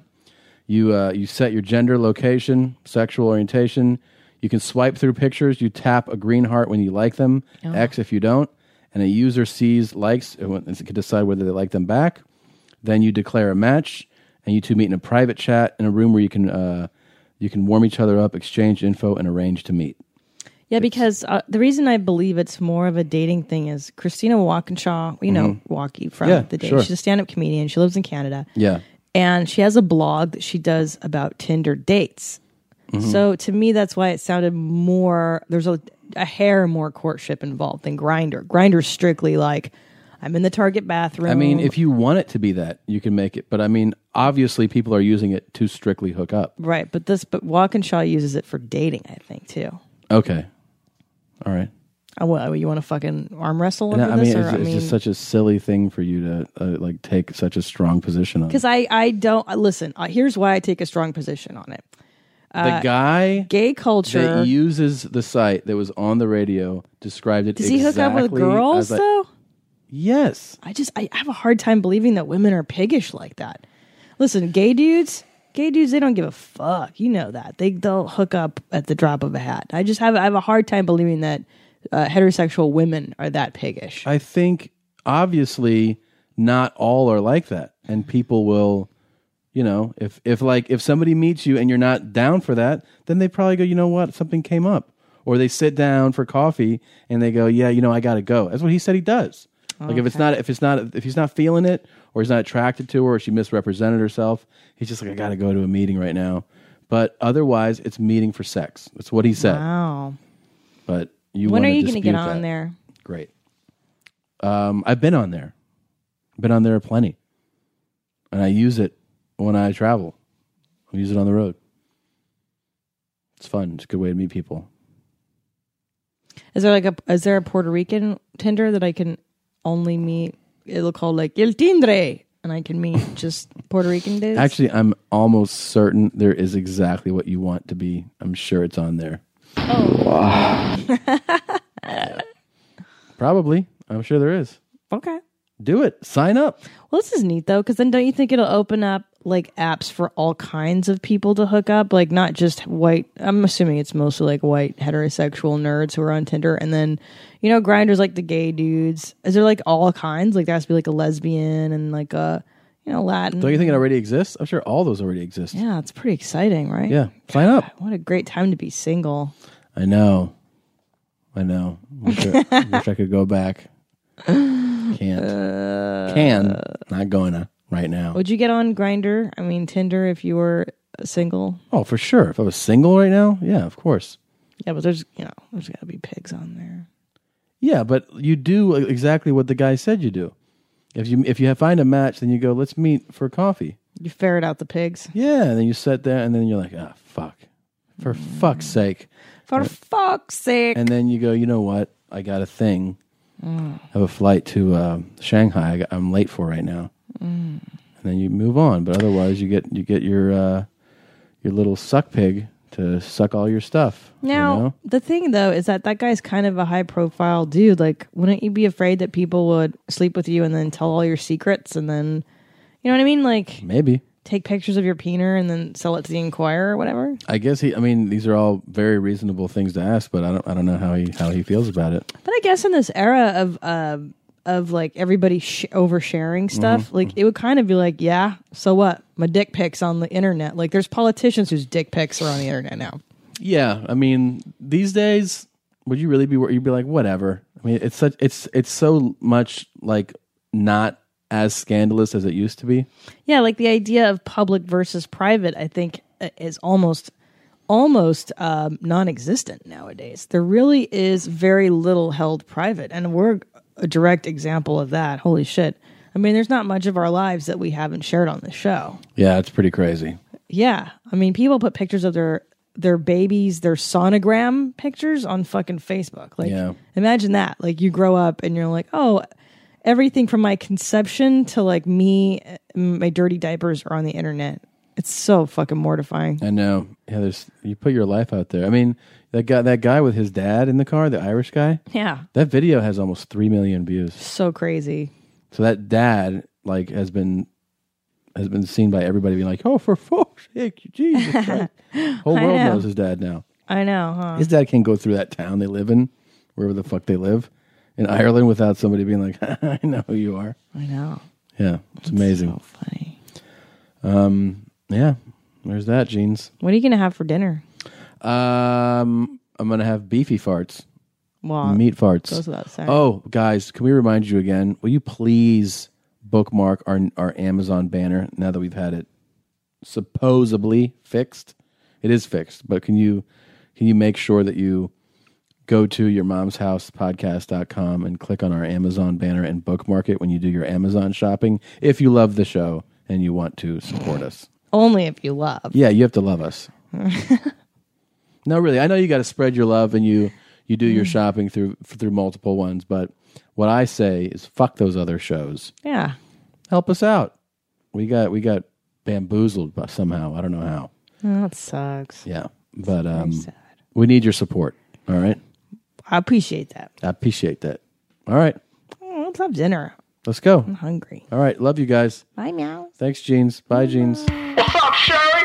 [SPEAKER 5] you uh, you set your gender, location, sexual orientation. You can swipe through pictures. You tap a green heart when you like them,
[SPEAKER 13] Oh.
[SPEAKER 5] X if you don't, and a user sees likes and when- and can decide whether they like them back. Then you declare a match, and you two meet in a private chat in a room where you can uh, you can warm each other up, exchange info, and arrange to meet.
[SPEAKER 7] Yeah, because uh, the reason I believe it's more of a dating thing is Christina Walkinshaw, you know,
[SPEAKER 5] Mhm.
[SPEAKER 7] Walkie from
[SPEAKER 5] Yeah,
[SPEAKER 7] the day.
[SPEAKER 5] sure.
[SPEAKER 7] She's a stand up comedian. She lives in Canada.
[SPEAKER 5] Yeah.
[SPEAKER 7] And she has a blog that she does about Tinder dates.
[SPEAKER 5] Mhm.
[SPEAKER 7] So to me, that's why it sounded more, there's a, a hair more courtship involved than Grinder. Grinder's strictly like, I'm in the Target bathroom.
[SPEAKER 5] I mean, if you want it to be that, you can make it. But I mean, obviously, people are using it to strictly hook up.
[SPEAKER 7] Right. But this, but Walkinshaw uses it for dating, I think, too.
[SPEAKER 5] Okay. All right.
[SPEAKER 7] Oh, well, you want to fucking arm wrestle
[SPEAKER 5] And
[SPEAKER 7] over
[SPEAKER 5] I
[SPEAKER 7] this?
[SPEAKER 5] mean,
[SPEAKER 7] or,
[SPEAKER 5] it's,
[SPEAKER 7] I
[SPEAKER 5] it's
[SPEAKER 7] mean,
[SPEAKER 5] just such a silly thing for you to uh, like take such a strong position on. it.
[SPEAKER 7] Because I, I don't uh, listen. Uh, here's why I take a strong position on it. uh,
[SPEAKER 5] the guy
[SPEAKER 7] gay culture.
[SPEAKER 5] that uses the site that was on the radio described it.
[SPEAKER 7] does he hook up with
[SPEAKER 5] exactly as
[SPEAKER 7] girls
[SPEAKER 5] I-
[SPEAKER 7] though?
[SPEAKER 5] Yes.
[SPEAKER 7] I just I have a hard time believing that women are piggish like that. Listen, gay dudes, gay dudes, they don't give a fuck. You know that they they'll hook up at the drop of a hat. I just have I have a hard time believing that uh, heterosexual women are that piggish.
[SPEAKER 5] I think obviously not all are like that, and people will, you know, if if like if somebody meets you and you're not down for that, then they probably go, you know what, something came up, or they sit down for coffee and they go, yeah, you know, I got to go. That's what he said he does. Like if it's
[SPEAKER 13] Okay.
[SPEAKER 5] not if it's not if he's not feeling it or he's not attracted to her or she misrepresented herself, he's just like I got to go to a meeting right now. But otherwise, it's meeting for sex. That's what he said.
[SPEAKER 7] Wow.
[SPEAKER 5] But you
[SPEAKER 7] when are
[SPEAKER 5] wanna
[SPEAKER 7] you gonna get
[SPEAKER 5] dispute
[SPEAKER 7] on
[SPEAKER 5] that.
[SPEAKER 7] there?
[SPEAKER 5] Great. Um, I've been on there. Been on there plenty. And I use it when I travel. I use it on the road. It's fun. It's a good way to meet people.
[SPEAKER 7] Is there like a is there a Puerto Rican Tinder that I can only meet? It'll call like El Tindre, and I can
[SPEAKER 5] *laughs*
[SPEAKER 7] meet just Puerto Rican dudes.
[SPEAKER 5] Actually, I'm almost certain there is exactly what you want to be. I'm sure it's on there. Oh. Probably. I'm sure there is.
[SPEAKER 7] Okay.
[SPEAKER 5] Do it. Sign up.
[SPEAKER 7] Well, this is neat though, because then don't you think it'll open up like apps for all kinds of people to hook up? Like not just white. I'm assuming it's mostly like white heterosexual nerds who are on Tinder, and then you know Grinders like the gay dudes. Is there like all kinds? Like there has to be like a lesbian and like a you know Latin.
[SPEAKER 5] Don't you think it already exists? I'm sure all those already exist.
[SPEAKER 7] Yeah, it's pretty exciting, right?
[SPEAKER 5] Yeah. Sign up.
[SPEAKER 7] What a great time to be single.
[SPEAKER 5] I know. I know. Wish I, wish I could go back. Can't.
[SPEAKER 7] Uh,
[SPEAKER 5] Can. Not going to right now.
[SPEAKER 7] Would you get on Grinder? I mean Tinder if you were single.
[SPEAKER 5] Oh, for sure. If I was single right now, yeah, of course.
[SPEAKER 7] Yeah, but there's you know there's got to be pigs on there.
[SPEAKER 5] Yeah, but you do e, exactly what the guy said you do. If you if you find a match, then you go, let's meet for coffee.
[SPEAKER 7] You ferret out the pigs.
[SPEAKER 5] Yeah, and then you sit there, and then you're like, ah, fuck. For fuck's sake.
[SPEAKER 7] For fuck's sake.
[SPEAKER 5] And then you go, you know what? I got a thing.
[SPEAKER 7] Mm.
[SPEAKER 5] I have a flight to uh, Shanghai. I got, I'm late for right now.
[SPEAKER 7] Mm.
[SPEAKER 5] and then you move on. But otherwise, you get you get your uh, your little suck pig to suck all your stuff.
[SPEAKER 7] Now,
[SPEAKER 5] you know?
[SPEAKER 7] the thing though is that that guy's kind of a high profile dude. Like, wouldn't you be afraid that people would sleep with you and then tell all your secrets and then, you know what I mean? Like,
[SPEAKER 5] maybe.
[SPEAKER 7] take pictures of your peener and then sell it to the Inquirer or whatever?
[SPEAKER 5] I guess he. I mean, these are all very reasonable things to ask, but I don't. I don't know how he how he feels about it.
[SPEAKER 7] But I guess in this era of, uh, of like everybody sh- oversharing stuff,
[SPEAKER 5] Mhm.
[SPEAKER 7] like it would kind of be like, yeah, so what? My dick pics on the internet. Like, there's politicians whose dick pics are on the internet now.
[SPEAKER 5] Yeah, I mean, these days, would you really be? wor- You'd be like, whatever. I mean, it's such. It's it's so much like not as scandalous as it used to be.
[SPEAKER 7] Yeah, like the idea of public versus private, I think, uh, is almost almost um, non-existent nowadays. There really is very little held private, and we're a direct example of that. Holy shit! I mean, there's not much of our lives that we haven't shared on the show.
[SPEAKER 5] Yeah, it's pretty crazy.
[SPEAKER 7] Yeah, I mean, people put pictures of their their babies, their sonogram pictures on fucking Facebook. Like,
[SPEAKER 5] Yeah.
[SPEAKER 7] imagine that. Like, you grow up and you're like, oh, everything from my conception to like me, uh, my dirty diapers are on the internet. It's so fucking mortifying.
[SPEAKER 5] I know. Yeah, there's you put your life out there. I mean, that guy that guy with his dad in the car, the Irish guy.
[SPEAKER 7] Yeah.
[SPEAKER 5] That video has almost three million views.
[SPEAKER 7] So crazy.
[SPEAKER 5] So that dad like has been has been seen by everybody being like, oh, for fuck's sake, Jesus
[SPEAKER 7] *laughs*
[SPEAKER 5] Christ. whole
[SPEAKER 7] I
[SPEAKER 5] world
[SPEAKER 7] know.
[SPEAKER 5] knows his dad now.
[SPEAKER 7] I know, huh?
[SPEAKER 5] His dad can't go through that town they live in, wherever the fuck they live, in Ireland without somebody being like, *laughs* I know who you are.
[SPEAKER 7] I know.
[SPEAKER 5] Yeah, it's amazing.
[SPEAKER 7] funny.
[SPEAKER 5] Um, yeah, there's that, jeans.
[SPEAKER 7] What are you gonna have for dinner?
[SPEAKER 5] Um, I'm gonna have beefy farts.
[SPEAKER 7] Well,
[SPEAKER 5] meat farts.
[SPEAKER 7] goes without saying.
[SPEAKER 5] Oh, guys, can we remind you again? Will you please bookmark our our Amazon banner now that we've had it supposedly fixed? It is fixed, but can you can you make sure that you go to your mom's house podcast.com and click on our Amazon banner and bookmark it when you do your Amazon shopping if you love the show and you want to support us.
[SPEAKER 7] Only if you love.
[SPEAKER 5] Yeah, you have to love
[SPEAKER 7] *laughs*
[SPEAKER 5] us. no, really. I know you got to spread your love and you you do
[SPEAKER 7] Mm.
[SPEAKER 5] your shopping through through multiple ones, but what I say is fuck those other shows.
[SPEAKER 7] Yeah.
[SPEAKER 5] Help us out. We got we got bamboozled by somehow. I don't know how.
[SPEAKER 7] Oh, that sucks.
[SPEAKER 5] Yeah. But
[SPEAKER 7] very
[SPEAKER 5] um
[SPEAKER 7] sad.
[SPEAKER 5] we need your support. All right?
[SPEAKER 7] I appreciate that.
[SPEAKER 5] I appreciate that. All right.
[SPEAKER 7] Oh, let's have dinner.
[SPEAKER 5] Let's go.
[SPEAKER 7] I'm hungry.
[SPEAKER 5] All right. Love you guys.
[SPEAKER 7] Bye, meow.
[SPEAKER 5] Thanks, Jeans. Bye, Jeans.
[SPEAKER 12] What's up, Sherry?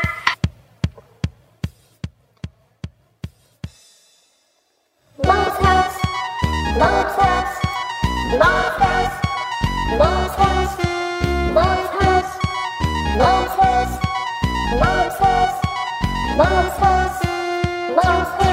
[SPEAKER 17] Mom's house. Mom's house. Mom's house. Mom's house. Mom's house. Mom's house. Mom's house. Mom's house. Mom's house.